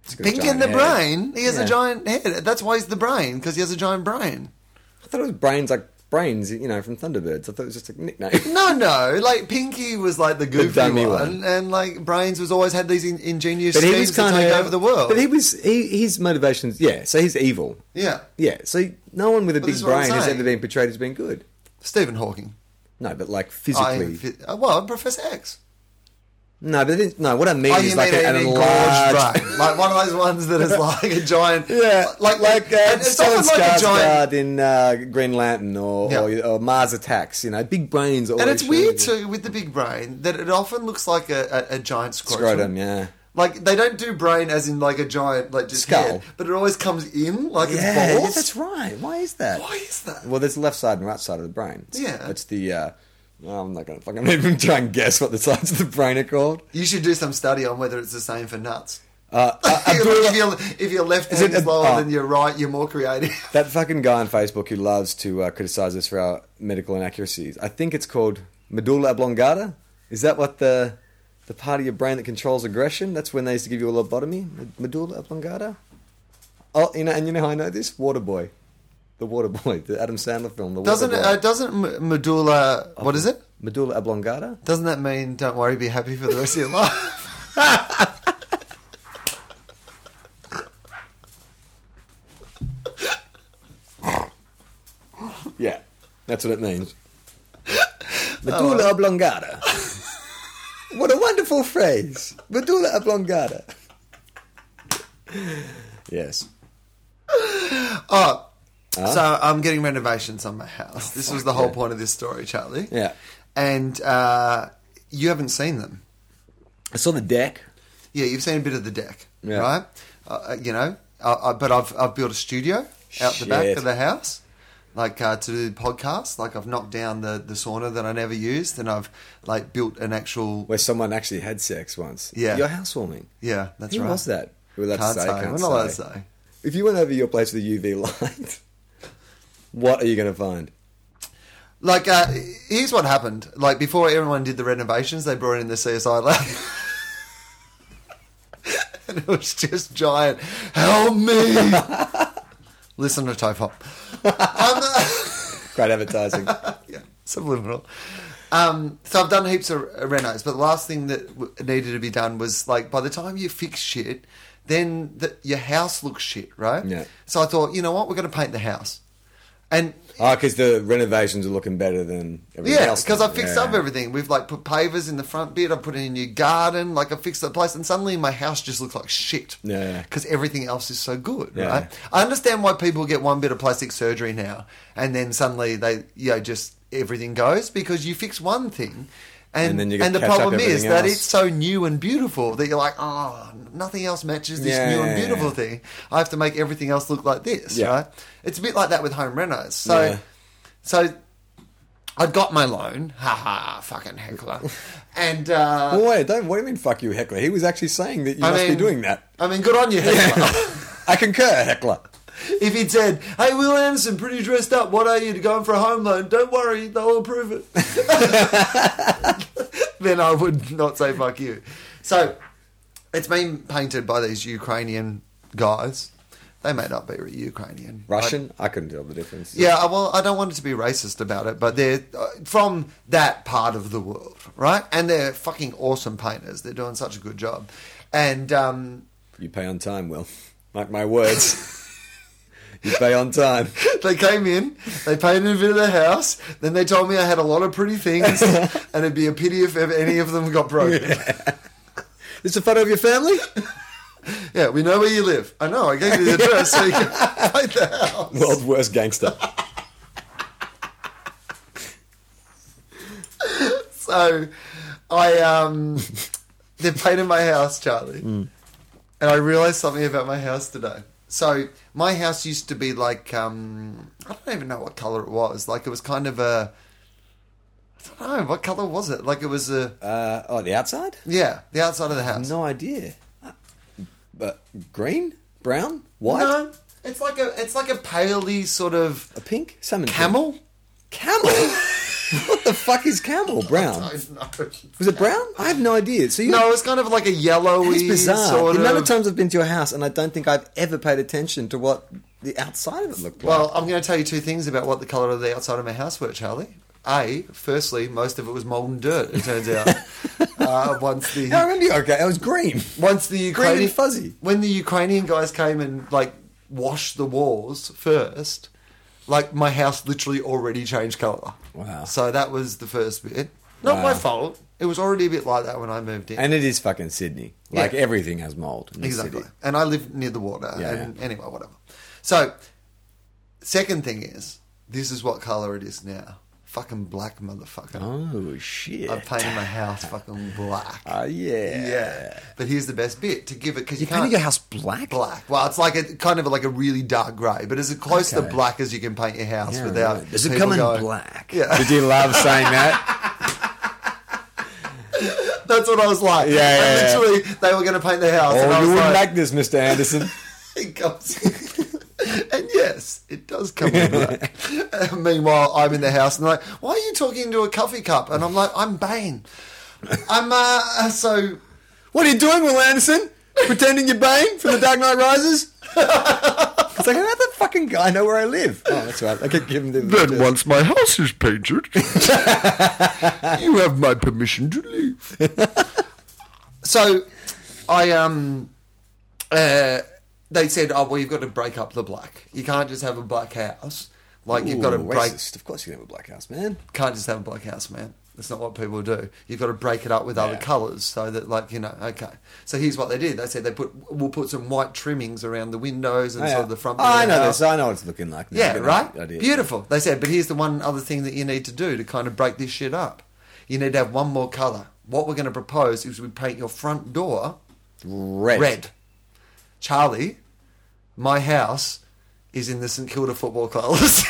He's got a Pinky in giant the head. Brain. He has Yeah. a giant head. That's why he's the brain because he has a giant brain. I thought it was brains like brains, you know, from Thunderbirds. I thought it was just a nickname. No, no. Like Pinky was like the goofy dummy one, one. and like Brains was always had these in- ingenious schemes to take over the world. But he was he, his motivations. Yeah, so he's evil. yeah, Yeah, so no one with a Well, big this is what I'm brain has saying. ever been portrayed as being good. Stephen Hawking. No, but like I physically. am fit- uh, well, I'm Professor X. no, but it- no. What I mean Oh, is you like mean a, an an engorged enlarged. brain. like one of those ones that is like a [laughs] giant, Yeah, like like uh, and it's often like a giant, Skarsgård in uh, Green Lantern or, Yeah. or, or Mars Attacks. You know, big brains. and it's weird to too with the big brain that it often looks like a, a, a giant scrotum. Scrotum, yeah. Like they don't do brain as in like a giant like just Skull. head, but it always comes in like Yeah, it's yeah, balls. that's right. Why is that? Why is that? Well, there's the left side and right side of the brain. It's- Yeah. That's the. Uh, well, I'm not going to fucking [laughs] even try and guess what the sides of the brain are called. You should do some study on whether it's the same for nuts. Uh, uh, [laughs] if, your, if your left Is it hand is a- lower oh. than your right, you're more [laughs] creative. that fucking guy on Facebook who loves to uh, criticize us for our medical inaccuracies. I think it's called medulla oblongata. Is that what the the part of your brain that controls aggression? That's when they used to give you a lobotomy. Med- Medulla oblongata. Oh, you know, and you know how I know this? Waterboy, the Waterboy, the Adam Sandler film. The Doesn't Waterboy. uh, doesn't m- medulla? Oh. What is it? medulla oblongata? Doesn't that mean don't worry, be happy for the rest of your [laughs] life? Yeah, that's what it [laughs] means. Medulla Oh. oblongata. what a wonderful phrase. Medulla oblongata. yes. So I'm getting renovations on my house. This was the whole point of this story, Charlie. Yeah. And uh, you haven't seen them. I saw the deck. Yeah, you've seen a bit of the deck, Yeah. right? Uh, Uh, you know, uh, I, but I've I've built a studio out the back Shit. of the house, like uh, to do podcasts. Like I've knocked down the the sauna that I never used, and I've like built an actual. Where someone actually had sex once. Yeah. Your housewarming. Yeah, that's Who right. was that? We're allowed Can't to say, say. can't We're not allowed to say. say. If you went over your place with a UV light, [laughs] what are you going to find? Like, uh, here's what happened. Like, before everyone did the renovations, they brought in the CSI lab. [laughs] and it was just giant. Help me! [laughs] Listen to Toe Pop. Um, [laughs] Great advertising. yeah, [laughs] subliminal. Um, so I've done heaps of renos, but the last thing that w- needed to be done was like by the time you fix shit, then the, your house looks shit, right? Yeah. So I thought, you know what, we're going to paint the house, and oh, because the renovations are looking better than everything yeah, else. because I fixed up Yeah. everything. We've like put pavers in the front bit. I put in a new garden. Like I fixed the place, and suddenly my house just looks like shit. Yeah. because everything else is so good. Yeah. Right. I understand why people get one bit of plastic surgery now, and then suddenly they, you know, just everything goes because you fix one thing. And, And and, then you can the catch up problem is everything that else. it's so new and beautiful that you're like, oh, nothing else matches this Yeah, new yeah, and yeah. beautiful thing. I have to make everything else look like this, Yeah. right? It's a bit like that with home renos. So, Yeah. so I'd got my loan. Ha ha, fucking heckler. And uh, Well, wait, don't, what do you mean, fuck you, heckler? He was actually saying that you I must mean- be doing that. I mean, good on you, heckler. [laughs] I concur, heckler. if he'd said, "Hey, Will Anderson, pretty dressed up. What are you to going for a home loan? Don't worry, they'll approve it." [laughs] then I would not say "fuck you." So it's been painted by these Ukrainian guys. They may not be Ukrainian, Russian? I couldn't tell the difference. Yeah, I- well, I don't want it to be racist about it, but they're uh, from that part of the world, right? And they're fucking awesome painters. They're doing such a good job. And um, You pay on time, Will. Mark my words. [laughs] you pay on time. they came in, they painted a bit of the house, then they told me I had a lot of pretty things, and it'd be a pity if ever any of them got broken. Yeah. It's a photo of your family? we know where you live. I know, I gave you the address so you can [laughs] paint the house. World's worst gangster. So I um [laughs] they painted my house, Charlie. Hmm. And I realized something about my house today. So my house used to be like um I don't even know what color it was. Like it was kind of a I don't know, what colour was it? Like it was a. Uh, oh, the outside? Yeah, the outside of the house. No idea. But green, brown, white, No, it's like a it's like a paley sort of a pink, salmon. pink. camel. [laughs] Camel. [laughs] what the fuck is camel? [laughs] I Brown. don't know. Was it brown? I have no idea. So you No, it's kind of like a yellowy It's bizarre. sort the amount of of- times I've been to your house, and I don't think I've ever paid attention to what the outside of it looked like. Well, I'm going to tell you two things about what the colour of the outside of my house were, Charlie. A, firstly, most of it was mold and dirt. It turns [laughs] out uh, once the I remember you. Okay, it was green. once the Ukrainian and fuzzy. when the Ukrainian guys came and like washed the walls first, like my house literally already changed colour. Wow. So that was the first bit. Not Wow. my fault. It was already a bit like that when I moved [laughs] in. And it is fucking Sydney. Like Yeah. everything has mold. In this exactly. City. And I live near the water. Yeah, and yeah. anyway, whatever. So, second thing is, this is what colour it is now. Fucking black, motherfucker. Oh shit. I painted my house fucking black. [laughs] Oh yeah. yeah. But here's the best bit to give it because you, You can't painted your house black. [laughs] black. Well, it's like a kind of like a really dark grey, but as close to Okay. black as you can paint your house Yeah, without. right. Does it people come in going- black? Yeah. Did you love saying [laughs] that? That's what I was like. Yeah, yeah, And yeah. literally, they were going to paint their house. and I oh, was you wouldn't like, like this, Mr. [laughs] Anderson. it comes. and yes, it does come in black. [laughs] Uh, meanwhile, I'm in the house and they're like, why are you talking into a coffee cup? And I'm like, I'm Bane. I'm uh, so. What are you doing, Will Anderson? Pretending you're Bane from The Dark Knight [laughs] Rises? it's like, how the fucking guy know where I live? Oh, that's right. I could give him the. Then once my house is [laughs] painted, you have my permission to leave. so I um uh they said, Oh well you've got to break up the black. You can't just have a black house. Like you've got to Ooh, break racist. Of course you can have a black house, man. can't just have a black house, man. That's not what people do. You've got to break it up with other Yeah. colours so that, like, you know, okay. So here's what they did. They said they put, we'll put some white trimmings around the windows and Oh, sort yeah. of the front. Oh, I of the know house. this. I know what it's looking like. now. Yeah, Good right? idea. Beautiful. They said, but here's the one other thing that you need to do to kind of break this shit up. You need to have one more colour. What we're going to propose is we paint your front door Red. red. Charlie, my house is in the St Kilda Football [laughs] Colours.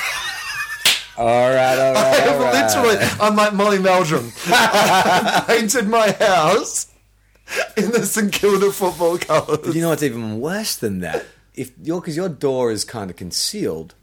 All right, all [laughs] I right. all have right. literally, I'm like Molly Meldrum. [laughs] I painted my house in the St Kilda Football But Colours. um, you know [laughs] what's even worse than that? If your because your door is kind of concealed,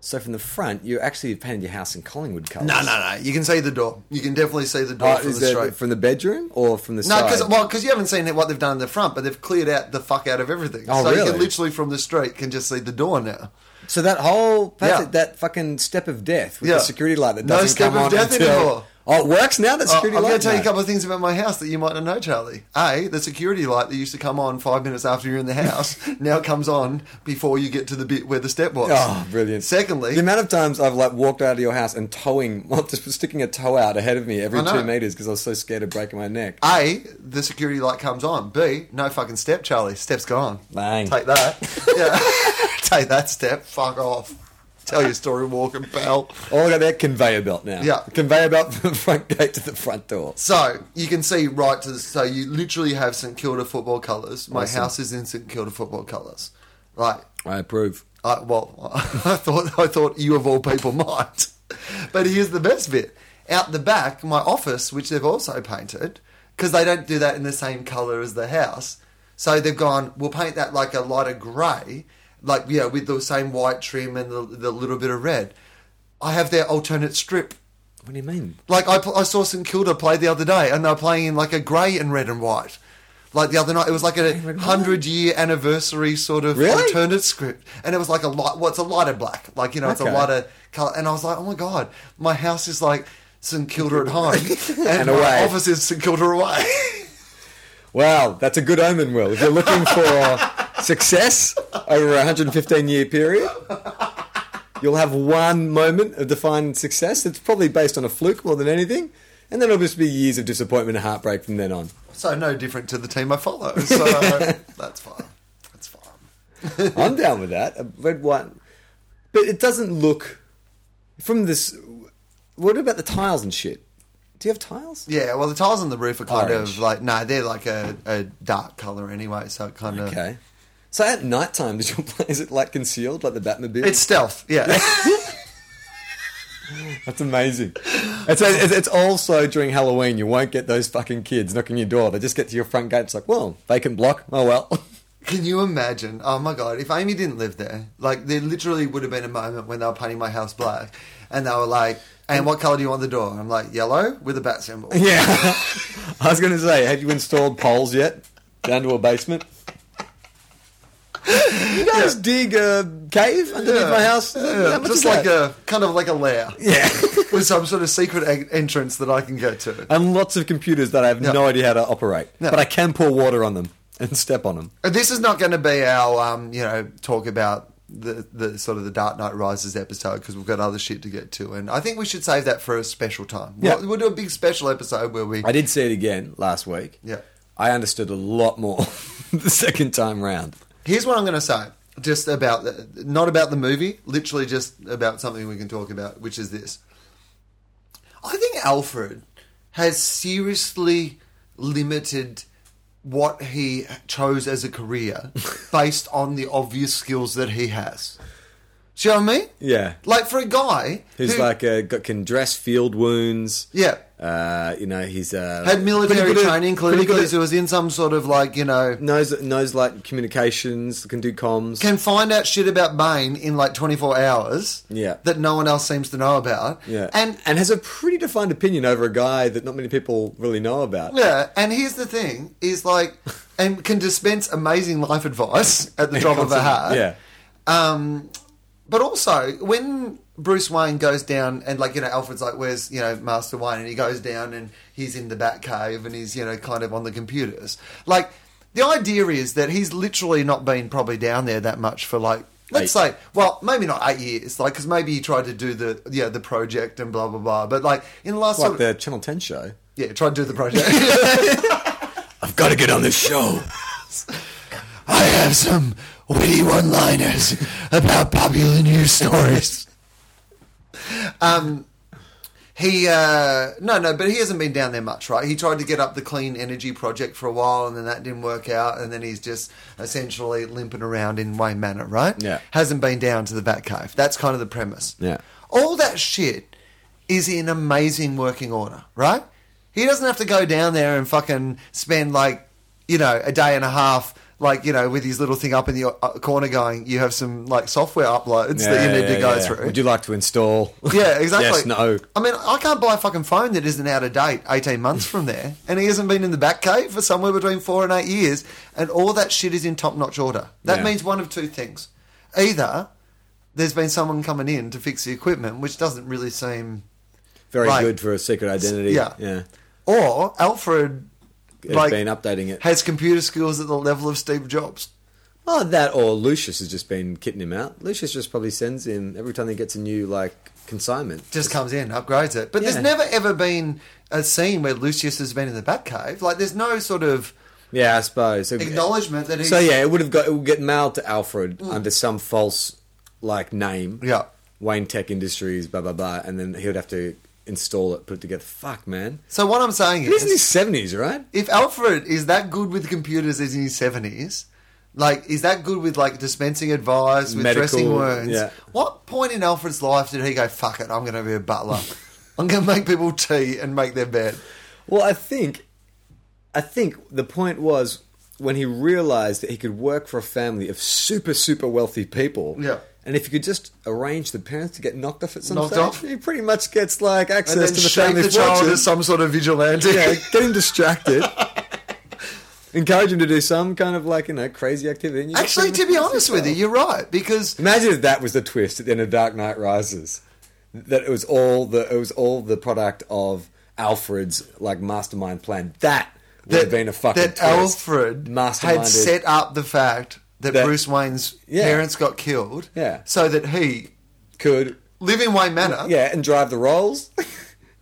so from the front you actually painted your house in Collingwood colours. No, no, no. You can see the door. You can definitely see the Oh, door from is the that street. from the bedroom or from the No, side? because well, 'cause you haven't seen it, what they've done in the front, but they've cleared out the fuck out of everything. Oh, so you really? can literally from the street can just see the door now. So that whole passage, Yeah. that fucking step of death with Yeah. the security light that No doesn't step come of on death until- anymore. Oh, it works now. That Oh, I'm security light. going to tell you a No. couple of things about my house that you might not know, Charlie. A, the security light that used to come on five minutes after you're in the [laughs] house now comes on before you get to the bit where the step was. [laughs] Oh, brilliant! Secondly, the amount of times I've like walked out of your house and towing, [laughs] well, just sticking a toe out ahead of me every I know. two meters because I was so scared of breaking my neck. A, the security light comes on. B, no fucking step, Charlie. Step's gone. Bang. Take that. yeah. [laughs] Take that step. Fuck off. Tell your story, walking pal. Oh, look at that conveyor belt now. Yeah. conveyor belt from the front gate to the front door. So you can see right to the. So you literally have St Kilda football colours. My Awesome. house is in St Kilda football colours. Like, I approve. I, well, [laughs] I thought I thought you of all people [laughs] might. But here's the best bit. Out the back, my office, which they've also painted, because they don't do that in the same colour as the house. So they've gone, we'll paint that like a lighter grey, like, yeah, with the same white trim and the, the little bit of red. I have their alternate strip. What do you mean? Like, I, pl- I saw St Kilda play the other day, and they were playing in like a grey and red and white. Like the other night, it was like a and white? hundred year anniversary sort of Really? alternate script, and it was like a light. What's a lighter black? Like you know, it's Okay. a lighter color. And I was like, oh my god, my house is like St Kilda at home, and, [laughs] And my away. office is St Kilda away. [laughs] Wow, that's a good omen, Will. If you're looking [laughs] for uh, success over a 115 year period, you'll have one moment of defined success. It's probably based on a fluke more than anything. And then it'll just be years of disappointment and heartbreak from then on. so no different to the team [laughs] I follow. So that's fine. That's fine. I'm down with that. A red, white. But it doesn't look. From this. What about the tiles and shit? Do you have tiles? Yeah, well, the tiles on the roof are kind Orange. of like no, they're like a, a dark color anyway, so it kind of Okay. So at night [laughs] [laughs] time, does your play, is it like concealed, like the Batmobile? It's stealth, yeah. That's amazing. It's, it's, it's also during Halloween. You won't get those fucking kids knocking your door. They just get to your front gate. It's like, well, vacant block. Oh well. [laughs] Can you imagine? Oh my god! If Amy didn't live there, like there literally would have been a moment when they were painting my house black, and they were like, "And what color do you want the door?" And I'm like, "Yellow with a bat symbol." [laughs] Yeah. [laughs] I was going to say, have you installed poles yet down to a basement? You guys dig a cave underneath Yeah. my house? Yeah, just like a kind of like a lair yeah. with some sort of secret e- entrance that I can get to. [laughs] and lots of computers that I have Yeah. no idea how to operate, No. but I can pour water on them and step on them. Uh, This is not going to be our, um, you know, talk about the, the sort of the Dark Knight Rises episode because we've got other shit to get to, and I think we should save that for a special time. Yeah. We'll, we'll do a big special episode where we. I did see it again last week. Yeah. I understood a lot more [laughs] the second time round. Here's what I'm going to say, just about the, not about the movie, literally just about something we can talk about, which is this. I think Alfred has seriously limited what he chose as [laughs] a career based on the obvious skills that he has. Do you know what I mean? Yeah. Like for a guy Who's who- like uh got, can dress field wounds. yeah, Uh, you know, he's uh, had military pretty good at- training, pretty good clinically, at- who was in some sort of like you know knows knows like communications, can do comms. can find out shit about Bane in like 24 hours. Yeah. That no one else seems to know about. yeah, And and has a pretty defined opinion over a guy that not many people really know about. yeah, and here's the thing is like and can dispense amazing life advice [laughs] at the drop of a hat. Yeah, Um but also when Bruce Wayne goes down and like you know Alfred's like where's you know Master Wayne and he goes down and he's in the Batcave and he's you know kind of on the computers. Like the idea is that he's literally not been probably down there that much for like let's Eight. say well maybe not eight years like because maybe he tried to do the yeah the project and blah blah blah but like in the last like sort of, the Channel Ten show. yeah tried to do the project [laughs] I've got to get on this show. I have some witty one-liners about popular news stories. Um, he uh, no, no, but he hasn't been down there much, right? He tried to get up the clean energy project for a while, and then that didn't work out, and then he's just essentially limping around in Wayne Manor, right? Yeah. hasn't been down to the Batcave. That's kind of the premise. Yeah. all that shit is in amazing working order, right? He doesn't have to go down there and fucking spend like, you know, a day and a half, like, you know, with his little thing up in the uh, corner going, you have some like software uploads that you need to go through. Would you like to install? yeah, exactly. [laughs] Yes, no. I mean, I can't buy a fucking phone that isn't out of date 18 months from there, and he hasn't been in the back cave for somewhere between four and eight years, and all that shit is in top notch order. That Yeah. means one of two things. Either there's been someone coming in to fix the equipment, which doesn't really seem Very Right. good for a secret identity. Yeah. yeah. Or Alfred It's like, been updating it. has computer skills at the level of Steve Jobs. Oh, that or Lucius has just been kitting him out. Lucius just probably sends him every time he gets a new like consignment. Just comes in, upgrades it. But Yeah. there's never ever been a scene where Lucius has been in the Batcave. Like, there's no sort of Yeah, I suppose So- acknowledgement that he's. So yeah, it would have got it would get mailed to Alfred under some false like name. Yeah. Wayne Tech Industries, blah blah blah, and then he would have to install it, put it together. Fuck man, So what I'm saying he's in is, his seventies, right? if Alfred is that good with computers as in his 70s, like, is that good with like dispensing advice, with Medical, dressing wounds? yeah. What point in Alfred's life did he go, fuck it, I'm going to be a butler? I'm going to make people tea and make their bed. Well, I think, I think the point was when he realized that he could work for a family of super super wealthy people. Yeah. And if you could just arrange the parents to get knocked off at some Knocked stage, off? he pretty much gets like And access then to the shape family the child fortune. as some sort of vigilante. yeah, get him distracted. Encourage him to do some kind of like you know crazy activity. and you [laughs] Actually, get to be pretty much honest with you, yourself. you're right because imagine if that was the twist at the end of Dark Knight Rises, that it was all the it was all the product of Alfred's like mastermind plan. That would have been a fucking that twist. Alfred Masterminded. had set up the fact that, That- Bruce Wayne's Yeah. parents got killed, Yeah. so that he could live in Wayne Manor. yeah and drive the rolls.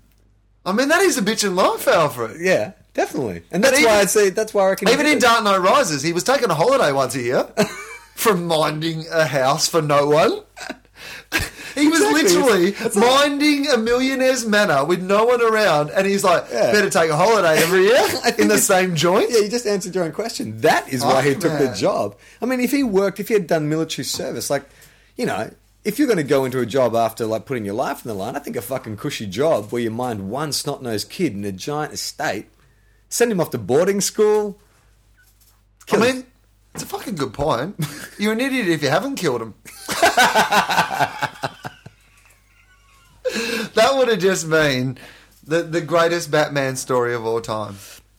[laughs] I mean that is a bitch in life, Alfred. yeah, definitely. And But that's even- why I say that's why I reckon he Even did in it. Dark Knight Rises, he was taking a holiday once a [laughs] year from minding a house for no one. He was Exactly. literally minding a millionaire's manor with no one around, and he's like, Yeah. "Better take a holiday [laughs] every year in the it's- same joint." Yeah, you just answered your own question. That is why he Oh, took the man. job. I mean, if he worked, if he had done military service, like, you know, if you're going to go into a job after like putting your life on the line, I think a fucking cushy job where you mind one snot nosed kid in a giant estate, send him off to boarding school. I kill him. mean, it's a fucking good point. You're an idiot if you haven't killed him. [laughs] that would have just been the, the greatest Batman story of all time.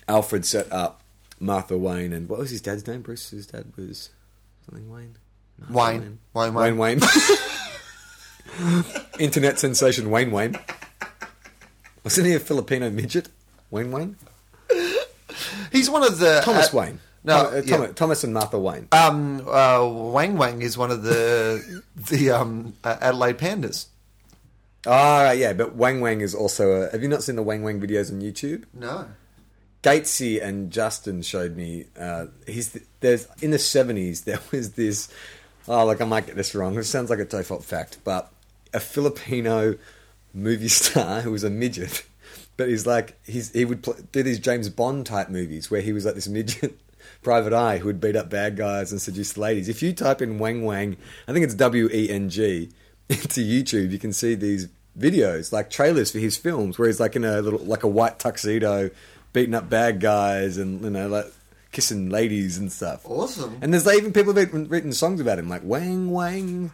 Alfred set up Martha Wayne and what was his dad's name? Bruce's dad was something Wayne. Martha Wayne. Wayne, Wayne. Wayne Wayne. [laughs] Internet sensation Wayne Wayne. Wasn't he a Filipino midget? Wayne Wayne? He's one of the. Thomas uh, Wayne. No, Tom- uh, yeah. Thomas, Thomas and Martha Wayne. Um, uh, Wang Wang is one of the the um, uh, Adelaide Pandas. Ah, right, yeah, but Wang Wang is also a. Have you not seen the Wang Wang videos on YouTube? No. Gatesy and Justin showed me. Uh, he's the, there's in the seventies [laughs] there was this. Oh, like I might get this wrong. This sounds like a default fact, but a Filipino movie [laughs] star who was a midget, but he's like he's he would pl- do these James Bond type movies where he was like this midget. Private Eye, who would beat up bad guys and seduce ladies. If you type in Wang Wang, I think it's W E N G, [laughs] into YouTube, you can see these videos, like trailers for his films, where he's like in a little, like a white tuxedo, beating up bad guys and you know, like kissing ladies and stuff. Awesome. And there's like, even people have written, written songs about him, like Wang Wang,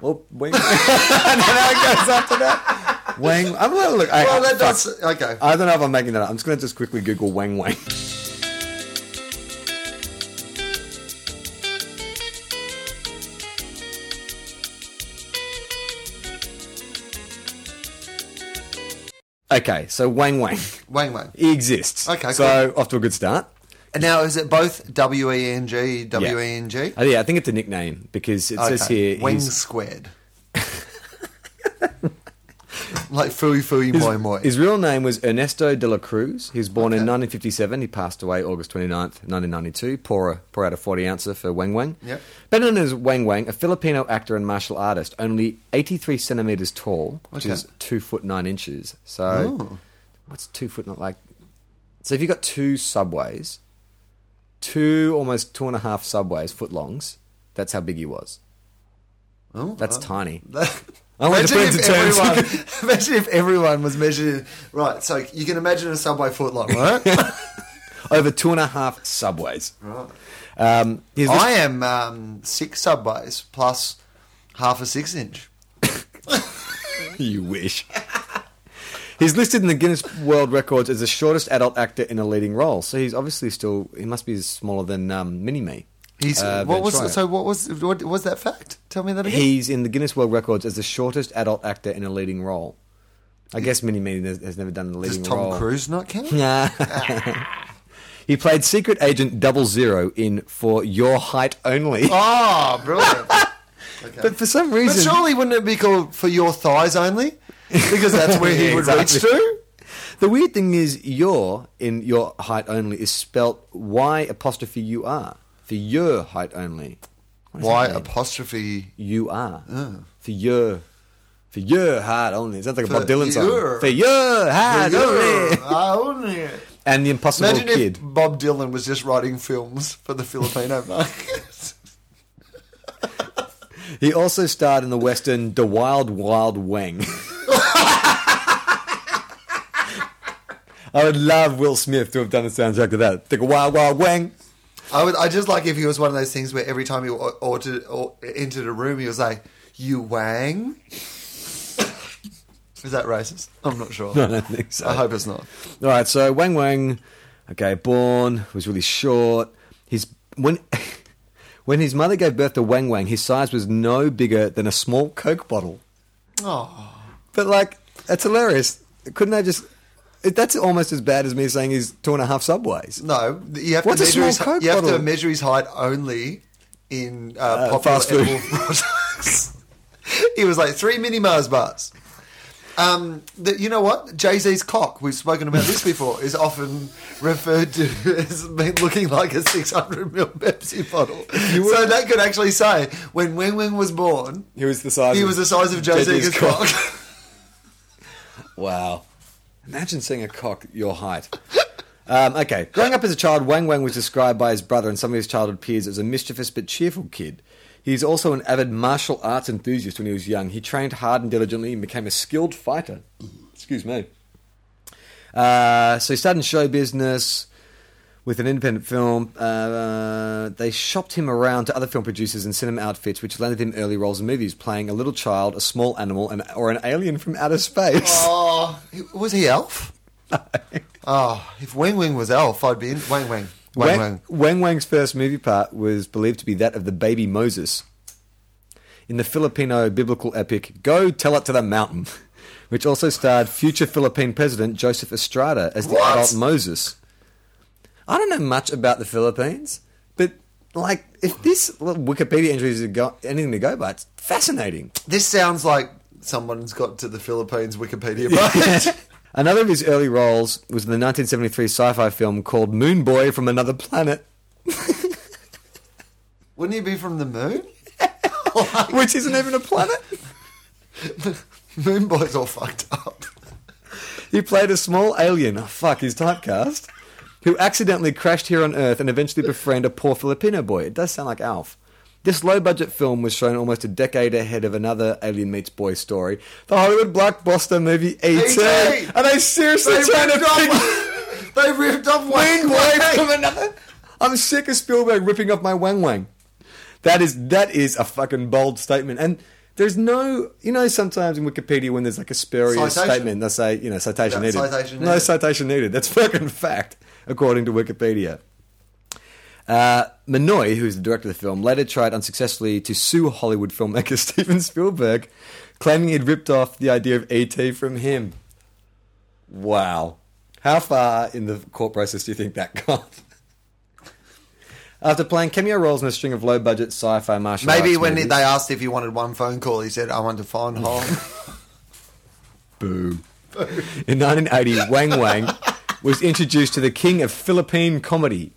or Wang. [laughs] and then it goes after that. Wang. I'm gonna look. I, Well, that fuck. does. Okay. I don't know if I'm making that up. I'm just going to just quickly Google Wang Wang. Okay, so Wang Wang. [laughs] Wang Wang. He exists. Okay, So off to a good start. And now, is it both W E N G, W E N G? Oh, yeah, I think it's a nickname because it says here Wang he's- squared. [laughs] like fooey fooey His, moi moi. his real name was Ernesto de la Cruz. He was born in 1957. He passed away August 29th, 1992. Pour, pour out a 40 ouncer for Wang Wang. Yep. Better known as Wang Wang, a Filipino actor and martial artist, only 83 centimeters tall, which Okay. Oh. is 2 foot 9 inches. So, what's 2 foot not like? So, if you've got two subways, two almost two and a half subways, foot longs, that's how big he was. Oh, That's uh, tiny. I wanted to Imagine put if, it to terms. everyone, [laughs] [laughs] imagine if everyone was measured. in- Right, so you can imagine a subway [laughs] footlong, right? Over two and a half subways. right. Um, he's listed- I am um, six subways plus half a six inch. you [laughs] wish. he's listed in the Guinness World Records as the shortest adult actor in a leading role, so he's obviously still. He must be smaller than um, Mini Me. He's Uh, what was Ventura. so? What was what was that fact? Tell me that again. He's in the Guinness World Records as the shortest adult actor in a leading role. I guess Mini Me has, has never done a Does leading Tom role. Cruise not count? [laughs] [laughs] Nah. he played Secret Agent Double Zero in For Your Height Only. Oh, [laughs] brilliant. Okay. But for some But reason, surely wouldn't it be called for your thighs only? [laughs] Because that's where he Yeah, would reach exactly. to. The weird thing is, your in your height only is spelt Y apostrophe U R for your height only. What does Why that mean? apostrophe? U R Ah. for your for your height only? It sounds like a Bob Dylan your- song. For your height [laughs] only, I only. and the Impossible ah, Imagine Kid. if Bob Dylan was just writing films for [laughs] the Filipino market. He also starred in the western The Wild Wild Wang. [laughs] I would love Will Smith to have done the soundtrack to that. The Wild Wild Wang. I would. I just like if he was one of those things where every time he or, or, or entered a room, he was like, "You Wang." [laughs] Is that racist? I'm not sure. [laughs] I don't think so. I hope it's not. All right, so Wang Wang, okay, born was really short. His when [laughs] when his mother gave birth to Wang Wang, his size was no bigger than a small Coke bottle. Oh, But like, that's hilarious. Couldn't I just? it- That's almost as bad as me saying he's two and a half subways. no! You have to What's a measure small his, Coke You have to bottle? measure his height only in uh, Uh, popular fast food. edible products. [laughs] he was like three mini Mars bars. Um, the, you know what? Jay Z's cock. We've spoken about this before. Is often referred to [laughs] as being looking like a 600 ml Pepsi bottle. were- so that could actually say when Wing Wing was born, He was the size. he was the size of Jay Z's cock. Wow. Imagine seeing a cock your height. Um, okay. Growing up as a child, Wang Wang was described by his brother and some of his childhood peers as a mischievous but cheerful kid. He's also an avid martial arts enthusiast when he was young. He trained hard and diligently and became a skilled fighter. Excuse me. Uh, so he started in show business with an independent film. Uh, they shopped him around to other film producers in cinema outfits, which landed him early roles in movies, playing a little child, a small animal, and, or an alien from outer space. [laughs] Oh, was he [laughs] Elf? oh, if Wang Wang was Elf, I'd be in Wang Wang. Wang Wang, Wang. Wang Wang's first movie part was believed to be that of the baby Moses in the Filipino biblical epic Go Tell It to the Mountain, [laughs] which also starred future Philippine President Joseph Estrada as the What? adult Moses. I don't know much about the Philippines, but like if this little Wikipedia entry is a go- anything to go by, it's [laughs] fascinating. This sounds like someone's got to the Philippines Wikipedia page. [laughs] Another of his early roles was in the 1973 sci-fi film called Moon Boy from Another Planet. [laughs] [laughs] Wouldn't he be from the moon? Which isn't even a planet. Moon Boy's all fucked up. He played a small alien. Oh, fuck, he's typecast. Who accidentally crashed here on Earth and eventually befriend a poor Filipino boy. It does sound like Alf. This low budget film was shown almost a decade ahead of another Alien Meets Boy story, the Hollywood blockbuster movie E.T. E.T.. Are they seriously They trying to ripped pick off. they ripped off Wang [laughs] Wang Wang Wang. from another? I'm sick of Spielberg ripping off my Wang Wang. That is that is a fucking bold statement. And there's no, you know, sometimes in Wikipedia when there's like a spurious Citation. statement, they say, you know, citation Yeah, needed. citation No needed. citation needed. That's [laughs] fucking fact, according to Wikipedia. Uh, Minoy, who's the director of the film, later tried unsuccessfully to sue Hollywood filmmaker [laughs] Steven Spielberg, claiming he'd ripped off the idea of E.T. from him. Wow. How far in the court process do you think that [laughs] got? After playing cameo roles in a string of low budget sci fi martial Maybe arts when movies, they asked if he wanted one phone call, he said, "I want [laughs] to phone home." Boo. In 1980, Wang Wang was introduced to the king of Philippine comedy.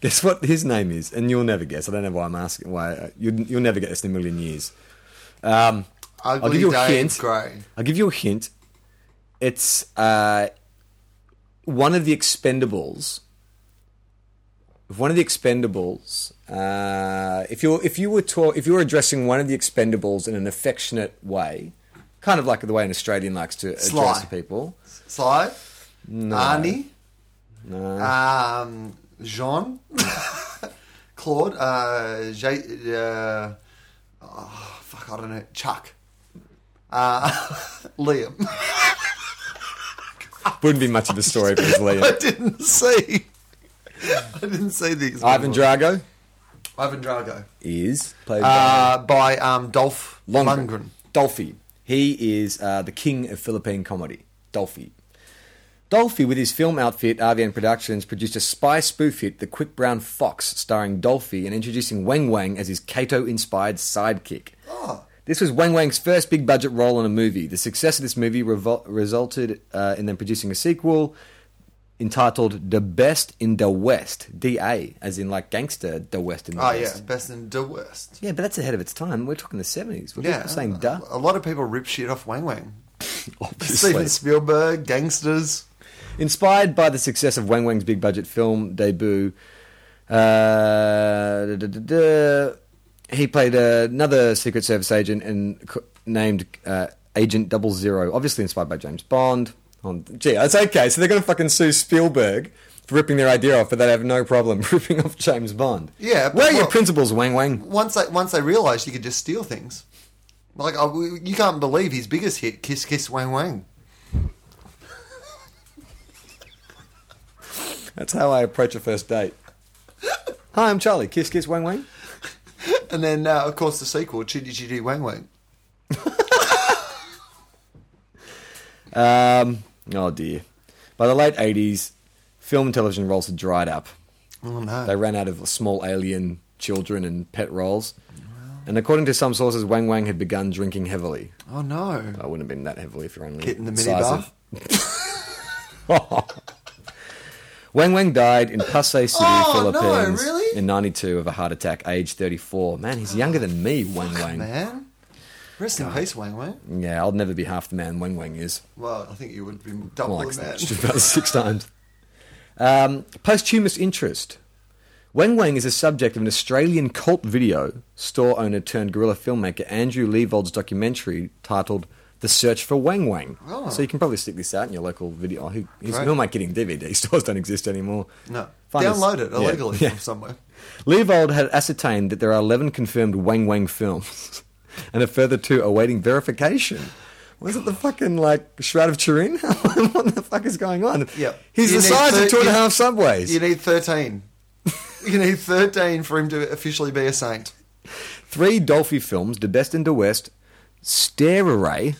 Guess what his name is? And you'll never guess. I don't know why I'm asking. Why you'll, you'll never get this in a million years. Um, I'll Ugly give you a Dave hint. Gray. I'll give you a hint. It's uh, one of the Expendables. One of the Expendables. Uh, if you if you were ta- if you were addressing one of the Expendables in an affectionate way, kind of like the way an Australian likes to address Sly. people. Sly, Arnie, um, Jean, [laughs] Claude, uh, J- uh, oh, fuck, I don't know, Chuck, uh, [laughs] Liam. Wouldn't be much of a story if it was [laughs] I Liam. didn't see. I didn't see these. Ivan Drago Ivan Drago. is played by Uh, by um, Dolph Lundgren. Lundgren. Dolphy. He is uh, the king of Philippine comedy. Dolphy. Dolphy, with his film outfit, RVN Productions, produced a spy spoof hit, The Quick Brown Fox, starring Dolphy and introducing Wang Wang as his Kato inspired sidekick. Ah. This was Wang Wang's first big budget role in a movie. The success of this movie revol- resulted uh, in them producing a sequel entitled The Best in the West, DA, as in like gangster, the West in the Oh, yeah. West. Best in the West. Yeah, but that's ahead of its time. We're talking the 70s. We're Yeah. saying duh. A lot of people rip shit off [laughs] Wang Wang. Obviously. Steven Spielberg, gangsters. Inspired by the success of Wang Wang's big budget film debut, uh, da, da, da, da, he played another Secret Service agent and c- named uh, Agent Double Zero, obviously inspired by James Bond. On, gee, that's okay. So they're going to fucking sue Spielberg for ripping their idea off, but they have no problem [laughs] ripping off James Bond. Yeah, but Where are your look- principles, Wang Wang? Once they, once they realised you could just steal things. Like, I, you can't believe his biggest hit, Kiss Kiss Wang Wang. That's how I approach a first [laughs] date. Hi, I'm Charlie. Kiss, kiss, Wang Wang. And then, uh, of course, the sequel, Chitty Chitty Wang Wang. Um, oh dear. By the late 80s, film and television roles had dried up. Oh, no. They ran out of small alien children and pet roles. And according to some sources, Wang Wang had begun drinking heavily. oh, no. I wouldn't have been that heavily if you're only Hitting the size minibar. of- Wang Wang died in Pasay City, Oh, no, Philippines, really? in '92 of a heart attack, age 34. Man, he's younger than me, Wang Wang. Man. Rest in peace, Wang Wang. Yeah, I'll never be half the man Wang Wang is. Well, I think you would be Well, double [laughs] like the man. just about six times. Um, posthumous interest. Wang Wang is the subject of an Australian cult video store owner turned guerrilla filmmaker Andrew Leivold's documentary titled The Search for Wang Wang. Oh. So you can probably stick this out in your local video. oh, Who, who's, Great. who am I kidding? DVD [laughs] stores don't exist anymore. [laughs] No. Find this- Download it yeah, illegally yeah. from somewhere. Leivold had ascertained that there are 11 confirmed Wang Wang films, [laughs] and a further two awaiting verification. Was it the fucking like Shroud of Turin? [laughs] what the fuck is going on? Yeah. He's You the need size thir- of two and a you- half subways. You need [laughs] 13. you need 13 for him to officially be a saint. Three Dolphy films, The Best and the West, Stare Array,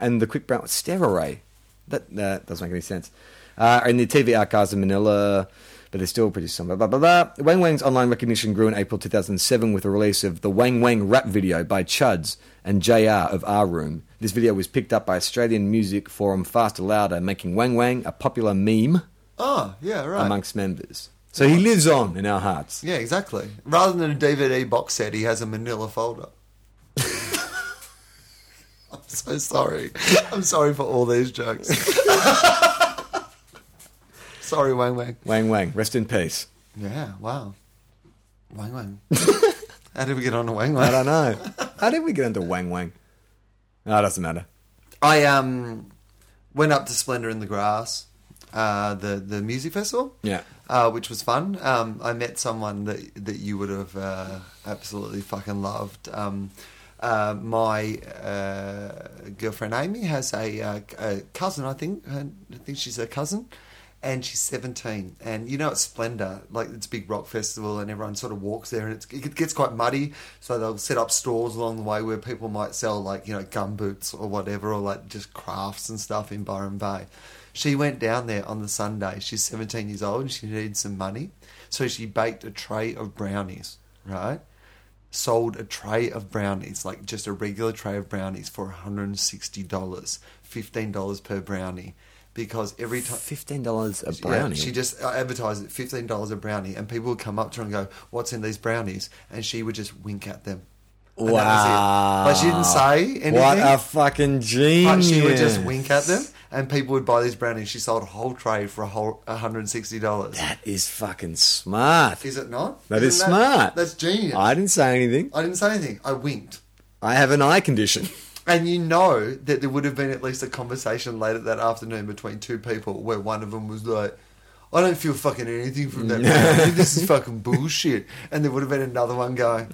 and The Quick Brown. Stare Array. That, that doesn't make any sense. Uh, and the TV archives in Manila, but they're still pretty similar. Blah, blah, blah. Wang Wang's online recognition grew in April 2007 with the release of the Wang Wang rap video by Chuds and JR of R Room. This video was picked up by Australian music forum Faster Louder, making Wang Wang a popular meme Oh, yeah, right. amongst members. So he lives on in our hearts. yeah, exactly. Rather than a DVD box set, he has a manila folder. [laughs] I'm so sorry. I'm sorry for all these [laughs] jokes. sorry, Wang Wang. Wang Wang, rest in peace. Yeah, wow. [laughs] Wang Wang. How did we get on to Wang Wang? I don't know. How did we get into Wang Wang? No, it doesn't matter. I um went up to Splendor in the Grass, uh, the the music festival. Yeah. uh, which was fun. Um, I met someone that that you would have uh, absolutely fucking loved. Um, uh, my uh, girlfriend Amy has a, uh, a cousin. I think her, I think she's her cousin. And she's 17, and you know it's Splendor, like it's a big rock festival, and everyone sort of walks there, and it's, it gets quite muddy. So they'll set up stalls along the way where people might sell like you know gum boots or whatever, or like just crafts and stuff in Byron Bay. She went down there on the Sunday. She's 17 years old and she needed some money. So she baked a tray of brownies, right? Sold a tray of brownies, like just a regular tray of brownies for $160, $15 per brownie. Because every time. Fifteen dollars a Yeah, brownie. she just uh, advertised it fifteen dollars a brownie, and people would come up to her and go, "What's in these brownies?" And she would just wink at them. And that was it. wow. But she didn't say anything. What a fucking But genius! she would just wink at them, and people would buy these brownies. She sold a whole tray for a whole one hundred and sixty dollars. That is fucking smart. Is it not? That is Isn't smart. That's genius. I I, didn't say anything. didn't say anything. I winked, I have an eye condition. and you know that there would have been at least a conversation later that afternoon between two people where one of them was like. I don't feel fucking anything [laughs] from that. brownie. this is fucking bullshit. And there would have been another one going,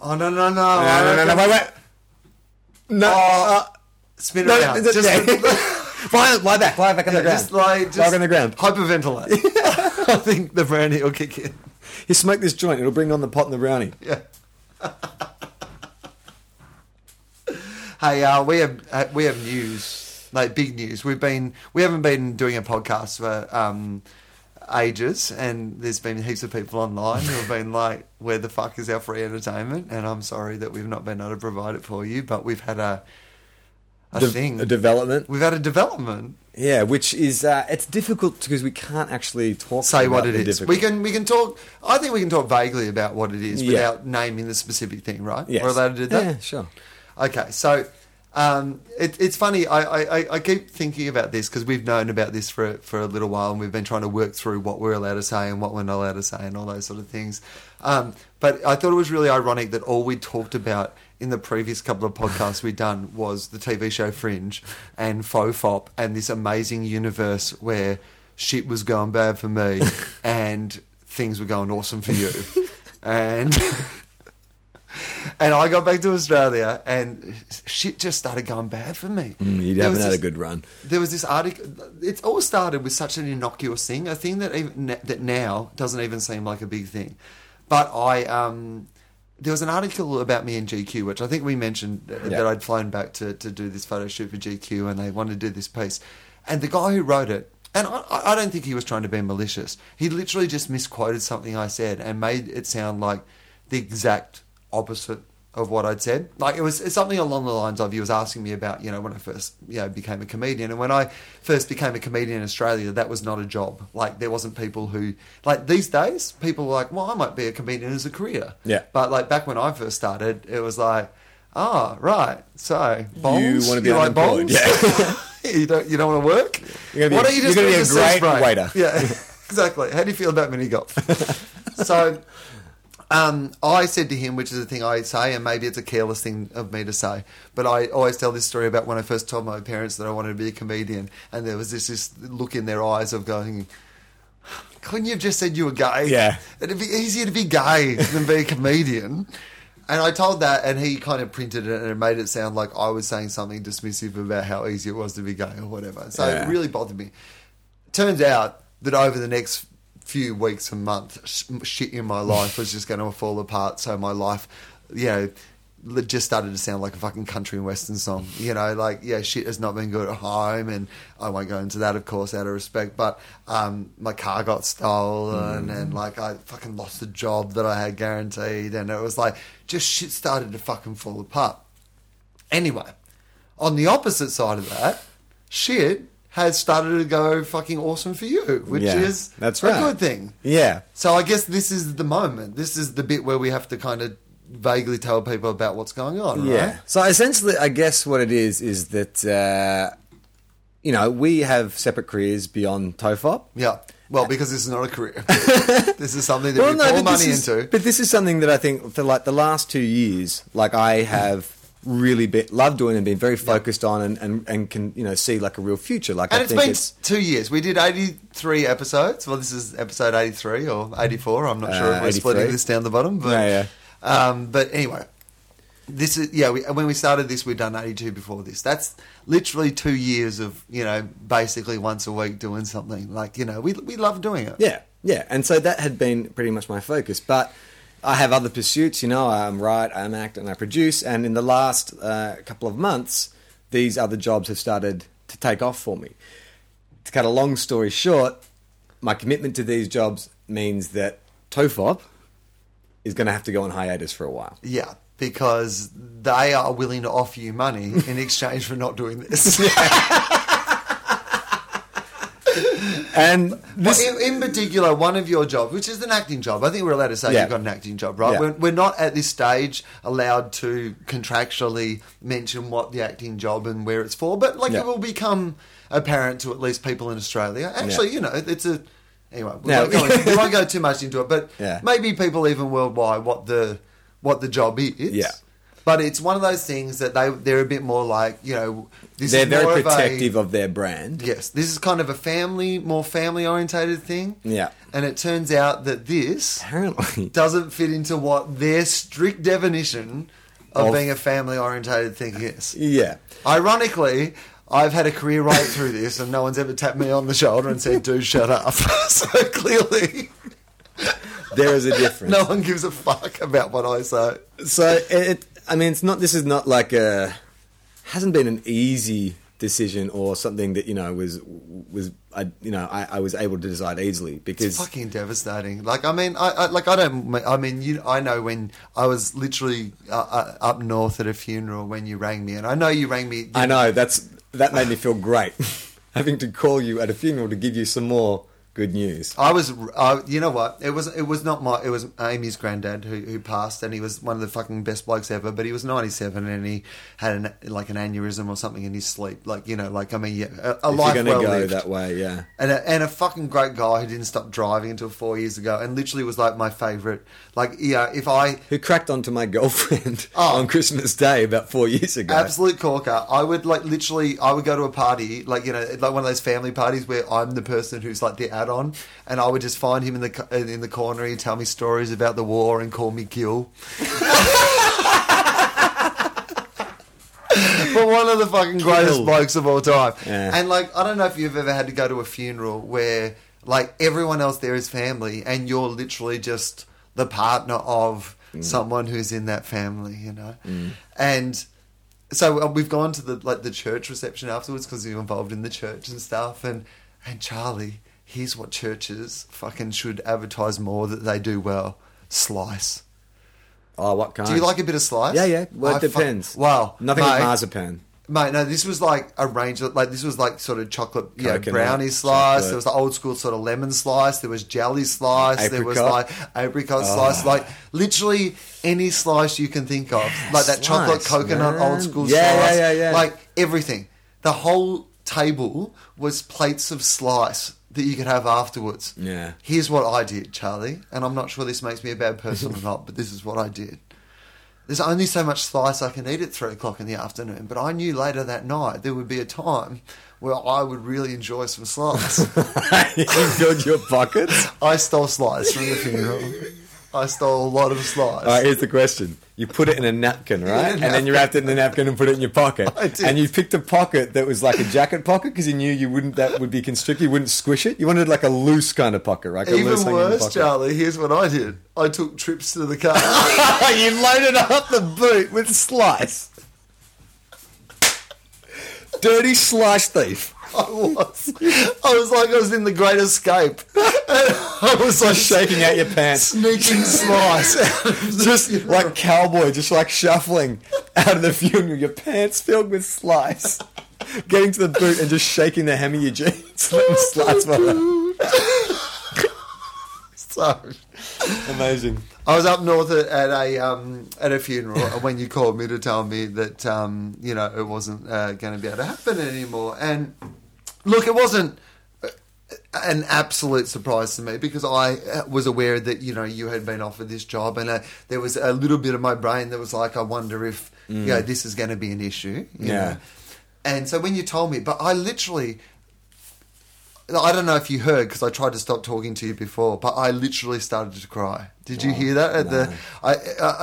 "Oh no no no I no, no, no, reckon- wait, wait. No, uh, Oh, spin no, around, it's- just, [laughs] yeah. lie, lie back, lie back on the ground. just [laughs] like just lie on the ground. hyperventilate." [laughs] I think the brownie will kick in. You smoke this joint; it'll bring on the pot and the brownie. [laughs] Yeah. hey, uh, we have uh, we have news, like big news. We've been we haven't been doing a podcast for um, ages, and there's been heaps of people online who have been like, "Where the fuck is our free entertainment?" And I'm sorry that we've not been able to provide it for you, but we've had a a De- thing. a development. we've had a development. Yeah, which is uh, it's difficult because we can't actually talk. Say about what the it is. difficult- We can we can talk. I think we can talk vaguely about what it is Yeah. without naming the specific thing, right? Yes. We're allowed to do that. Yeah, sure. Okay, so um, it, it's funny. I, I, I- I keep thinking about this because we've known about this for for a little while, and we've been trying to work through what we're allowed to say and what we're not allowed to say, and all those sort of things. Um, but I thought it was really ironic that all we talked about in the previous couple of podcasts we'd done was the TV show Fringe and Faux Fop and this amazing universe where shit was going bad for me and things were going awesome for you. And and I got back to Australia, and shit just started going bad for me. Mm, You There was haven't had a this- good run. There was this article. It all started with such an innocuous thing, a thing that even that now doesn't even seem like a big thing. But I, um, there was an article about me in GQ, which I think we mentioned uh, that I'd flown back to to do this photo shoot for GQ, and they wanted to do this piece. And the guy who wrote it, and I, I I don't think he was trying to be malicious. He literally just misquoted something I said and made it sound like the exact opposite of what I'd said. Like it was it's something along the lines of he was asking me about, you know, when I first, you know, became a comedian. And when I first became a comedian in Australia, that was not a job. Like there wasn't people who like these days, people are like, Well, I might be a comedian as a career. Yeah. But like back when I first started, it was like, Ah, right. So bongs, You wanna be like unemployed. bongs? [laughs] you don't you don't want to work? You're gonna be- Why don't you just you're gonna go be a [laughs] [laughs] to the great surf break? waiter. [laughs] Yeah. Exactly. How do you feel about mini golf? So um, I said to him, which is a thing I say, and maybe it's a careless thing of me to say, but I always tell this story about when I first told my parents that I wanted to be a comedian, and there was this, this look in their eyes of going, couldn't you have just said you were gay? Yeah. It'd be easier to be gay than be a comedian. And I told that, and he kind of printed it and it made it sound like I was saying something dismissive about how easy it was to be gay or whatever. So Yeah. it really bothered me. Turns out that over the next few weeks and months, sh- shit in my life was just going to fall apart. So my life, you know, li- just started to sound like a fucking country and western song. You know, like, yeah, shit has not been good at home. And I won't go into that, of course, out of respect. But um, my car got stolen and, like, I fucking lost the job that I had guaranteed. And it was like, just shit started to fucking fall apart. Anyway, on the opposite side of that, shit has started to go fucking awesome for you, which Yeah, is that's a right. good thing. Yeah. So I guess this is the moment. This is the bit where we have to kind of vaguely tell people about what's going on. Right? Yeah. So essentially, I guess what it is is that uh, you know we have separate careers beyond Tofop. Yeah. Well, because this is not [laughs] a career. this is something that Well, we no, pour but this money is, into. but this is something that I think for like the last two years, like I have really been, loved doing and been very focused on and, and, and can you know see like a real future. Like and I it's think been it's two years. We did 83 episodes. Well, this is episode 83 or 84. I'm not sure Uh, if we're splitting 83. this down the bottom. But, Yeah, Um, but anyway, this is, yeah, we, when we started this, we'd done 82 before this. That's literally two years of, you know, basically once a week doing something. Like, you know, we, we love doing it. Yeah, yeah. And so that had been pretty much my focus. But I have other pursuits, you know, I'm right, I'm act and I produce. And in the last uh, couple of months, these other jobs have started to take off for me. To cut a long story short, my commitment to these jobs means that TOFOP is going to have to go on hiatus for a while. Yeah, because they are willing to offer you money in exchange for not doing [laughs] this. [laughs] And this, Well, in, in particular, one of your jobs, which is an acting job, I think we're allowed to say Yeah. you've got an acting job, right? Yeah. We're, we're not at this stage allowed to contractually mention what the acting job and where it's for, but like Yeah. it will become apparent to at least people in Australia. Actually, Yeah. you know, it's a anyway. We, No. won't, go into- we won't go too much into it, but Yeah. maybe people even worldwide what the what the job is. Yeah. But it's one of those things that they they're a bit more like you know this they're is more very of a- protective of their brand. Yes, this is kind of a family, more family orientated thing. Yeah. And it turns out that this Apparently. doesn't fit into what their strict definition of Of- being a family orientated thing is. Yeah. Ironically, I've had a career right through this and no one's ever tapped me on the shoulder and said, dude, shut up. [laughs] so clearly, There is a difference. no one gives a fuck about what I say. so it i mean it's not this is not like a hasn't been an easy decision or something that you know was was i you know i, I was able to decide easily because It's fucking devastating. Like I mean, I, I like I don't. I mean, you. I know when I was literally uh, uh, up north at a funeral when you rang me, and I know you rang me. i know that's that made me feel great [laughs] having to call you at a funeral to give you some more good news I was, uh, you know what? It was, it was not my, it was Amy's granddad who, who passed, and he was one of the fucking best blokes ever. But he was ninety seven, and he had an, like an aneurysm or something in his sleep. Like you know, like I mean, yeah, a, a if you're life going to well go lived. that way yeah and a, and a fucking great guy who didn't stop driving until four years ago, and literally was like my favorite. Like yeah, if I who cracked onto my girlfriend [laughs] Oh. on christmas day about four years ago Absolute corker. I would like literally. I would go to a party, like you know, like one of those family parties where I'm the person who's like the add-on, and I would just find him in the co- in the corner. He'd tell me stories about the war and call me Gil. [laughs] but one of the fucking greatest Gil. blokes of all time. Yeah. And like, I don't know if you've ever had to go to a funeral where like everyone else there is family, and you're literally just the partner of Mm. someone who's in that family, you know. And so uh, we've gone to the like the church reception afterwards because you're involved in the church and stuff. And and Charlie, here's what churches fucking should advertise more that they do well: slice. oh what kind Do you like a bit of slice? yeah yeah well I it fu- depends wow, nothing with mate. marzipan [laughs] Mate, no, this was like a range of like this was like sort of chocolate, you know, Coconut, brownie slice. chocolate. There was the old school sort of lemon slice. There was jelly slice. There was like Apricot. Oh. apricot slice. Like literally any slice you can think of, like that chocolate Slice, coconut man. old school Yeah, yeah, slice. yeah, yeah. Like everything. The whole table was plates of slice. that you could have afterwards. Yeah. Here's what I did, Charlie, and I'm not sure this makes me a bad person [laughs] or not, but this is what I did. There's only so much slice I can eat at three o'clock in the afternoon, but I knew later that night there would be a time where I would really enjoy [laughs] some slice. you filled your pockets. I stole slice from the funeral. I stole a lot of slice. All right, here's the question. You put it in a [laughs] napkin, right? and then you wrapped it in a napkin and put it in your pocket. I did. And you picked a pocket that was like a jacket pocket because you knew you wouldn't that would be constricted. You wouldn't squish it. You wanted like a loose kind of pocket, right? Like a loose Even hanging worse, pocket. Charlie, here's what I did. I took trips to the car. [laughs] you loaded up the boot with slice. Dirty slice thief. [laughs] I was. I was like I was in the Great Escape. I was like Shaking out your pants. [laughs] sneaking [laughs] slice. Just like cowboy, just like shuffling out of the funeral, your pants filled with slice. Getting to the boot and just shaking the hem of your jeans. [laughs] Let them slice my back. so Amazing. I was up north at, at a um, at a funeral and when you called me to tell me that um, you know it wasn't uh, going to be able to happen anymore. And look, it wasn't uh, an absolute surprise to me because I uh, was aware that you know you had been offered this job and uh, there was a little bit of my brain that was like, I wonder if you know this is going to be an issue. you Yeah. know. And so when you told me, but I literally I don't know if you heard because I tried to stop talking to you before, but I literally started to cry. Did Oh, you hear that? At the, I, I,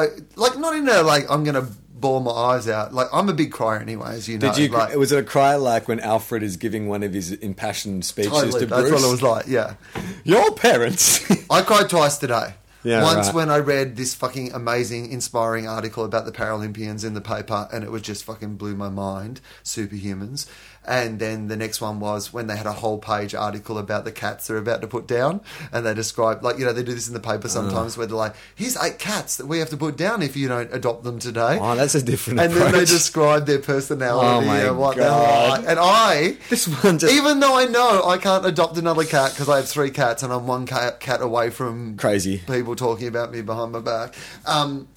I, like not in a like I'm gonna bore my eyes out. Like I'm a big crier anyway, as you know. Did you? like, was it a cry like when Alfred is giving one of his impassioned speeches totally, to that's Bruce? what it was like. Yeah, Your parents. [laughs] I cried twice today. Yeah, Once right. when I read this fucking amazing, inspiring article about the Paralympians in the paper, and it was just fucking blew my mind, superhumans. And then the next one was when they had a whole page article about the cats they're about to put down, and they describe like you know they do this in the paper sometimes where they're like, "Here's eight cats that we have to put down if you don't adopt them today." oh, that's a different. and then they approach. describe their personality Oh my and what they're God. like. And I, This one just- even though I know I can't adopt another cat because I have three cats and I'm one cat, cat away from Crazy. people talking about me behind my back. Um,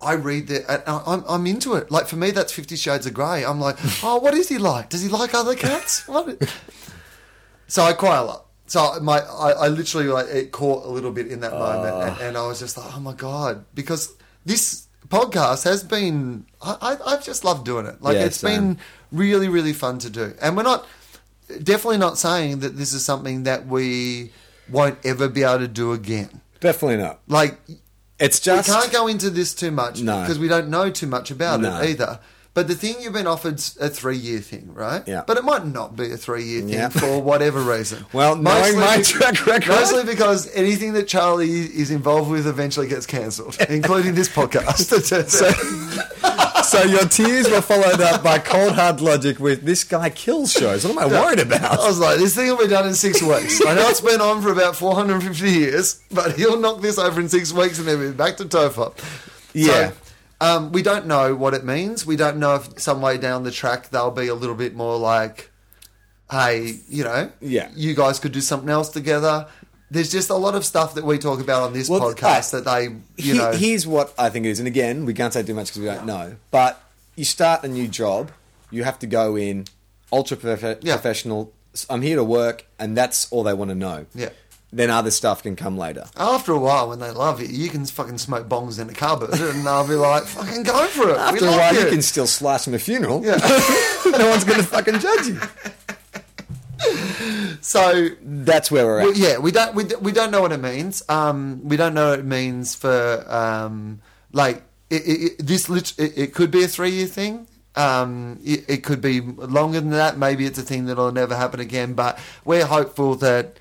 I read that and I- I'm, I'm into it. Like for me, that's Fifty Shades of Grey. I'm like, oh, what is he like? Does he like other cats? What? So I cry a lot. So my, I, I literally like it caught a little bit in that moment, Ah. and, and I was just like, oh my god, because this podcast has been, I, I, I've just loved doing it. Like Yeah, it's same. been really, really fun to do, and we're not, definitely not saying that this is something that we won't ever be able to do again. Definitely not. Like It's just we can't go [laughs] into this too much No. because we don't know too much about No. it either. But the thing you've been offered's a three-year thing, right? Yeah. But it might not be a three-year thing Yeah. for whatever reason. [laughs] Well, knowing my track record- mostly because anything that Charlie is involved with eventually [laughs] gets cancelled, including this podcast. so your tears were followed up by cold hard logic with this guy kills shows. What am I worried about? I was like, this thing will be done in six weeks. I know it's been on for about 450 years, but he'll knock this over in six weeks and then we'll be back to Topher. Yeah. So, um, we don't know what it means. We don't know if some way down the track they'll be a little bit more like, hey, you know, Yeah. you guys could do something else together. There's just a lot of stuff that we talk about on this Well, podcast uh, that they, you He- know, here's what I think it is, and again, we can't say too much because we don't know. But you start a new job, you have to go in ultra prof- Yeah. professional. s- I'm here to work, and that's all they want to know. Yeah. Then other stuff can come later. after a while when they love you, you can fucking smoke bongs in a cupboard and they'll be like, fucking go for it. We After a love while, you you. can still slice from a funeral. Yeah. [laughs] no one's going to fucking judge you. so That's where we're at. Well, yeah, we don't we, d- we don't know what it means. Um, we don't know what it means for um, like it, it, it- this. Lit- it, it could be a three year thing. Um, it, it could be longer than that. Maybe it's a thing that'll never happen again. But we're hopeful that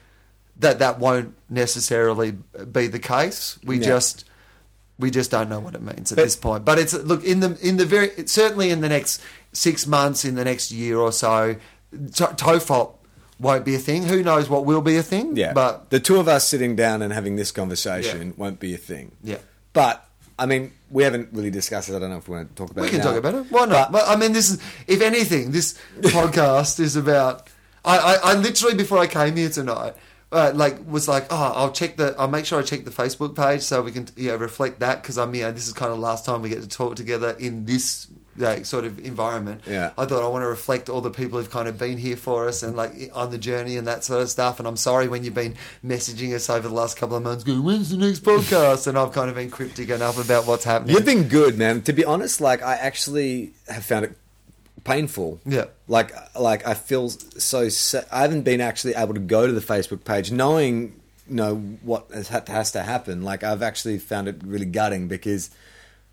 that that won't necessarily be the case. We Yeah. just we just don't know what it means at this point. But it's look in the in the very it's certainly in the next six months, in the next year or so, to- TOEFOP won't be a thing. Who knows what will be a thing? Yeah. but the two of us sitting down and having this conversation Yeah. won't be a thing. Yeah. But I mean, we haven't really discussed it. I don't know if we want to talk about we it. can now. talk about it. Why not? But- Well, I mean, this is if anything, this podcast is about. I, I, I literally before I came here tonight. Uh, like was like oh I'll check the I'll make sure I check the Facebook page so we can you know reflect that because I'm you know this is kind of last time we get to talk together in this like, sort of environment. Yeah. I thought I want to reflect all the people who've kind of been here for us and like on the journey and that sort of stuff. And I'm sorry when you've been messaging us over the last couple of months, going, "When's the next podcast?" and I've kind of been cryptic enough about what's happening. You've been good, man. To be honest, like I actually have found it painful. Yeah. Like like I feel so sa- I haven't been actually able to go to the Facebook page knowing you know what has, ha- has to happen. Like I've actually found it really gutting because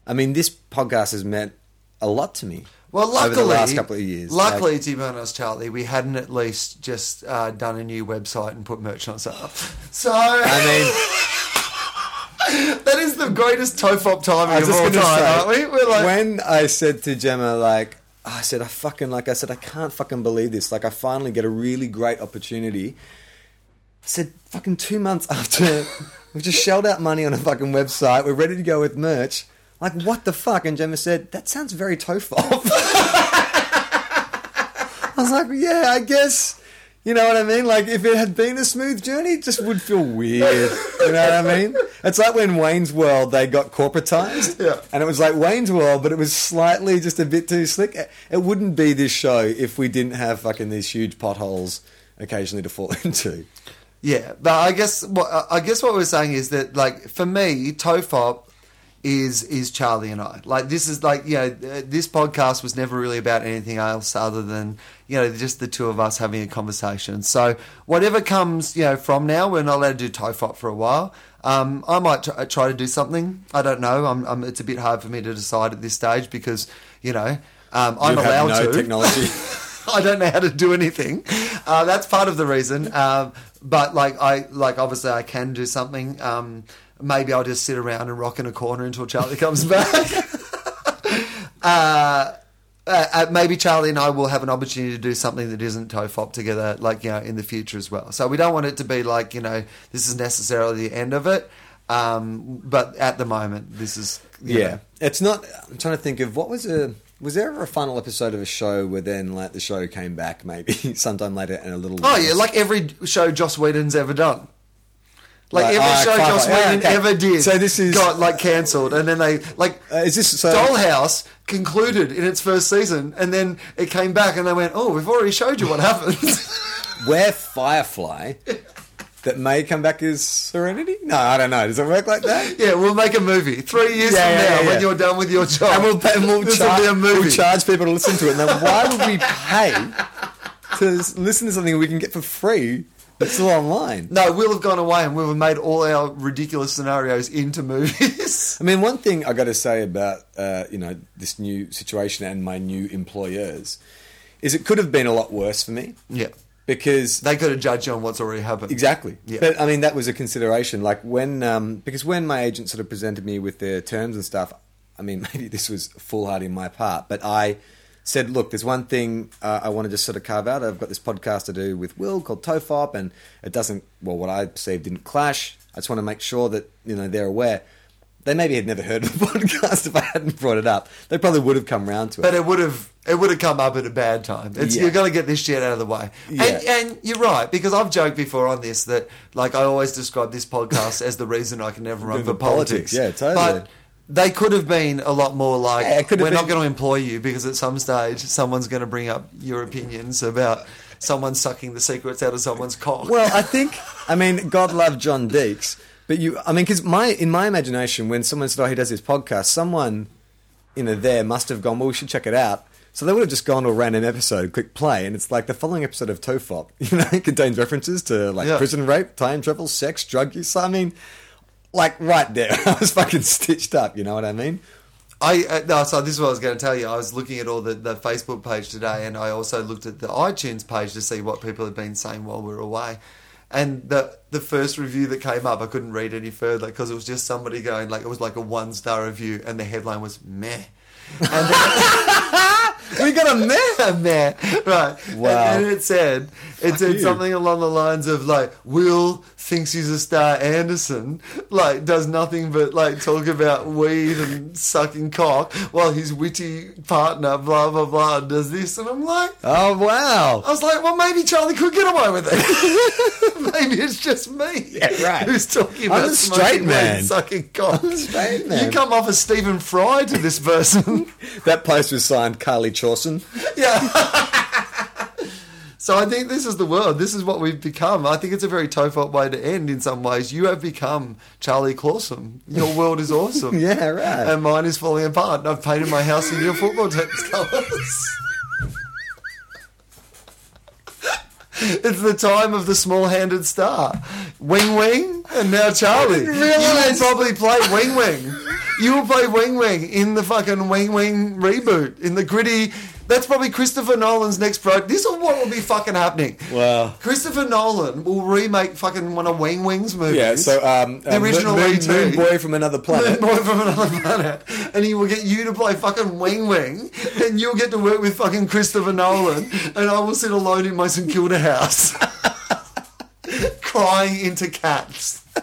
I mean this podcast has meant a lot to me. Well, luckily, over the last couple of years. Luckily, Like, to be honest, Charlie, we hadn't at least just uh, done a new website and put merch on sale. [laughs] So I mean [laughs] that is the greatest tofop timing I was of just all going time, to aren't we? say, We're like, when I said to Gemma, like, "Oh," I said, I fucking, like I said, I can't fucking believe this. Like, I finally get a really great opportunity. I said, fucking two months after [laughs] we've just shelled out money on a fucking website, we're ready to go with merch. Like, what the fuck? And Gemma said, that sounds very tofof. I was like, yeah, I guess. You know what I mean? Like, if it had been a smooth journey, it just would feel weird. You know what I mean? It's like when Wayne's World, they got corporatized. Yeah. And it was like Wayne's World, but it was slightly just a bit too slick. It- It wouldn't be this show if we didn't have fucking these huge potholes occasionally to fall [laughs] into. yeah. But I guess what I guess what we're saying is that, like, for me, tofop is is Charlie and I. Like, this is like, you know, uh, this podcast was never really about anything else other than you know just the two of us having a conversation. So whatever comes, you know, from now, we're not allowed to do tofop for a while. Um, I might tr- try to do something. I don't know. I'm, I'm, it's a bit hard for me to decide at this stage because you know um, I'm You have allowed no to. technology. [laughs] I don't know how to do anything. Uh, that's part of the reason. Um, but like I like obviously I can do something. Um, maybe I'll just sit around and rock in a corner until Charlie [laughs] comes back. uh, uh, uh, maybe Charlie and I will have an opportunity to do something that isn't tofop together, like you know, in the future as well. So we don't want it to be like you know this is necessarily the end of it. Um, but at the moment, this is you yeah. know, It's not, I'm trying to think of what was a, was there ever a final episode of a show where then like the show came back maybe [laughs] sometime later and a little Oh yeah, like every show Joss Whedon's ever done. Like, Like, every oh, show fuck, Joss yeah, Whedon okay. ever did. So this is- got like cancelled, and then they like Uh, is this- so- Dollhouse concluded in its first season, and then it came back, and they went, "Oh, we've already showed you what happens." [laughs] We're Firefly that may come back as Serenity? No, I don't know. Does it work like that? yeah, we'll make a movie three years Yeah, from yeah, now yeah, yeah. when you're done with your [laughs] job, And [laughs] we'll, pay, and we'll, This will char- be a movie. we'll charge people to listen to it. And then why would we pay to s- listen to something we can get for free that's still online? no, we'll have gone away, and we'll have made all our ridiculous scenarios into movies. [laughs] I mean, one thing I got to say about uh, you know this new situation and my new employers is it could have been a lot worse for me yeah, because they could have judged you on what's already happened. Exactly. Yeah. But I mean, that was a consideration. Like when, um, because when my agent sort of presented me with their terms and stuff, I mean, [laughs] maybe this was foolhardy on my part, but I said, look, there's one thing uh, I want to just sort of carve out. I've got this podcast to do with Will called Tofop, and it doesn't, well, what I perceive didn't clash. I just want to make sure that, you know, they're aware. They maybe had never heard of the [laughs] podcast if I hadn't brought it up. They probably would have come round to it. But it would have it would have come up at a bad time. It's, Yeah. You're going to get this shit out of the way, Yeah. and, and you're right because I've joked before on this that like I always describe [laughs] this podcast as the reason I can never run The for politics. politics. Yeah, totally. But they could have been a lot more like Yeah, it could have we're not been- going to employ you because at some stage someone's going to bring up your opinions about someone sucking the secrets out of someone's cock. Well, I think I mean God love John Deeks, but you I mean because my in my imagination when someone said oh he does this podcast, someone you know there must have gone well we should check it out. So they would have just gone to a random episode, click play, and it's like the following episode of Tofop. [laughs] You know, it contains references to like Yeah. prison rape, time travel, sex, drug use. I mean, like right there, [laughs] I was fucking stitched up. You know what I mean? I uh, no, so this is what I was going to tell you. I was looking at all the, the Facebook page today, and I also looked at the iTunes page to see what people had been saying while we were away. And the the first review that came up, I couldn't read any further because it was just somebody going like it was like a one star review, and the headline was meh. And then, we got a map, man. Right. Wow. And, and it said, it said you. something along the lines of like, Will thinks he's a star. Anderson like does nothing but like talk about weed and sucking cock, while his witty partner blah blah blah does this. And I'm like, Oh wow! I was like, well, maybe Charlie could get away with it. [laughs] maybe it's just me, right. Who's talking I'm about a straight smoking weed man. and sucking cock? straight You man. come off as Stephen Fry to [laughs] this person. That place was signed Carly Chauson. [laughs] Yeah. so I think this is the world. This is what we've become. I think it's a very tofop way to end in some ways. You have become Charlie Clausen. Your world is [laughs] [laughs] awesome. Yeah, right. And mine is falling apart. And I've painted my house in your football team's [laughs] colours. It's the time of the small-handed star, Wing Wing, and now Charlie. [laughs] You will realise- probably play Wing Wing. You will play Wing Wing in the fucking Wing Wing reboot in the gritty. That's probably Christopher Nolan's next project. This is what will be fucking happening. Wow. Christopher Nolan will remake fucking one of Wing Wing's movies. Yeah, so um, The um, original Moon, E.T. Moon Boy from another [laughs] Moon planet. Boy from another planet, and he will get you to play fucking Wing Wing, and you'll get to work with fucking Christopher Nolan, and I will sit alone in my St Kilda house, [laughs] crying into cats. [laughs]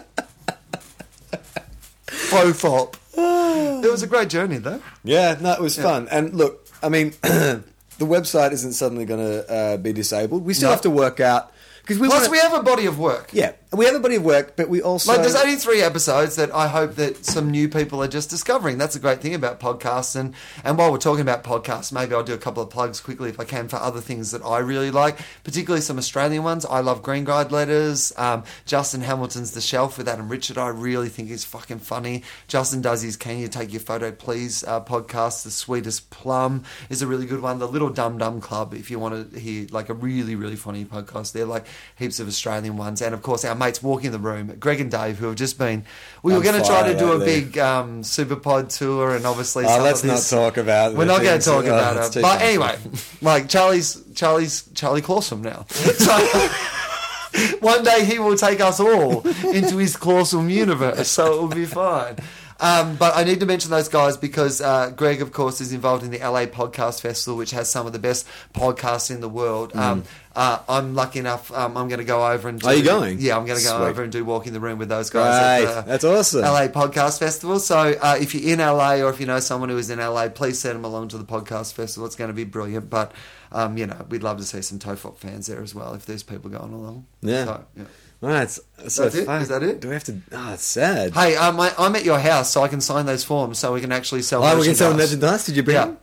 Fofop. It was a great journey, though. Yeah, no, it was fun. And look, I mean, [clears throat] the website isn't suddenly going to uh, be disabled. We still No. have to work out because we Plus, wanna- we have a body of work. yeah we have a body of work, but we also Like, there's only three episodes that I hope that some new people are just discovering. That's the great thing about podcasts. And, and while we're talking about podcasts, maybe I'll do a couple of plugs quickly if I can for other things that I really like, particularly some Australian ones. I love Green Guide Letters. Um, Justin Hamilton's The Shelf with Adam Richard, I really think is fucking funny. Justin does his Can You Take Your Photo Please uh, podcast. The Sweetest Plum is a really good one. The Little Dum Dum Club, if you want to hear like a really, really funny podcast. They're like heaps of Australian ones. And of course, our mates walking the room, Greg and Dave, who have just been. We On were going to try fire to do a lately. big um, Superpod tour, and obviously. Oh, some let's of not this- talk about We're the not going things- to talk oh, it's about too it. But painful. anyway, like Charlie's, Charlie's, Charlie [laughs] Clawson now. So. One day he will take us all into his clawsome universe, so it will be fine. Um, but I need to mention those guys because uh, Greg, of course, is involved in the LA Podcast Festival, which has some of the best podcasts in the world. Um, uh, I'm lucky enough. Um, I'm going to go over and. Do, Mm. Are you going? Yeah, I'm going to go Sweet. over and do walk in the room with those guys. at Right. the That's awesome. LA Podcast Festival. So uh, if you're in LA or if you know someone who is in LA, please send them along to the podcast festival. It's going to be brilliant. But um, you know, we'd love to see some Tofop fans there as well if there's people going along. Yeah. So, yeah. Right, it's, so That's it? fuck. Is that it? Do we have to? Oh, it's sad. Hey, um, I, I'm at your house, so I can sign those forms, so we can actually sell. oh, we can sell merchandise. merchandise. Did you bring? Yeah. them?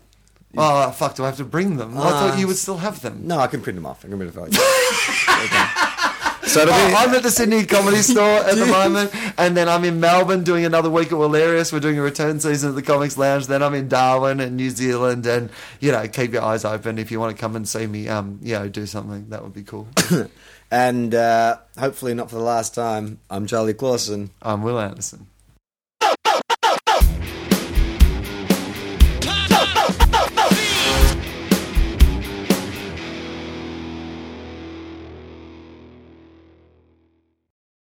Oh fuck! Do I have to bring them? I Ah. thought you would still have them. No, I can print them off. I can [laughs] print them off. Okay. So it'll Oh, be. I'm at the Sydney Comedy Store at the moment, and then I'm in Melbourne doing another week at Hilarious. We're doing a return season at the Comics Lounge. Then I'm in Darwin and New Zealand, and you know, keep your eyes open if you want to come and see me. Um, you know, do something that would be cool. [coughs] and uh, hopefully not for the last time. I'm Charlie Clausen. I'm Um, Will Anderson.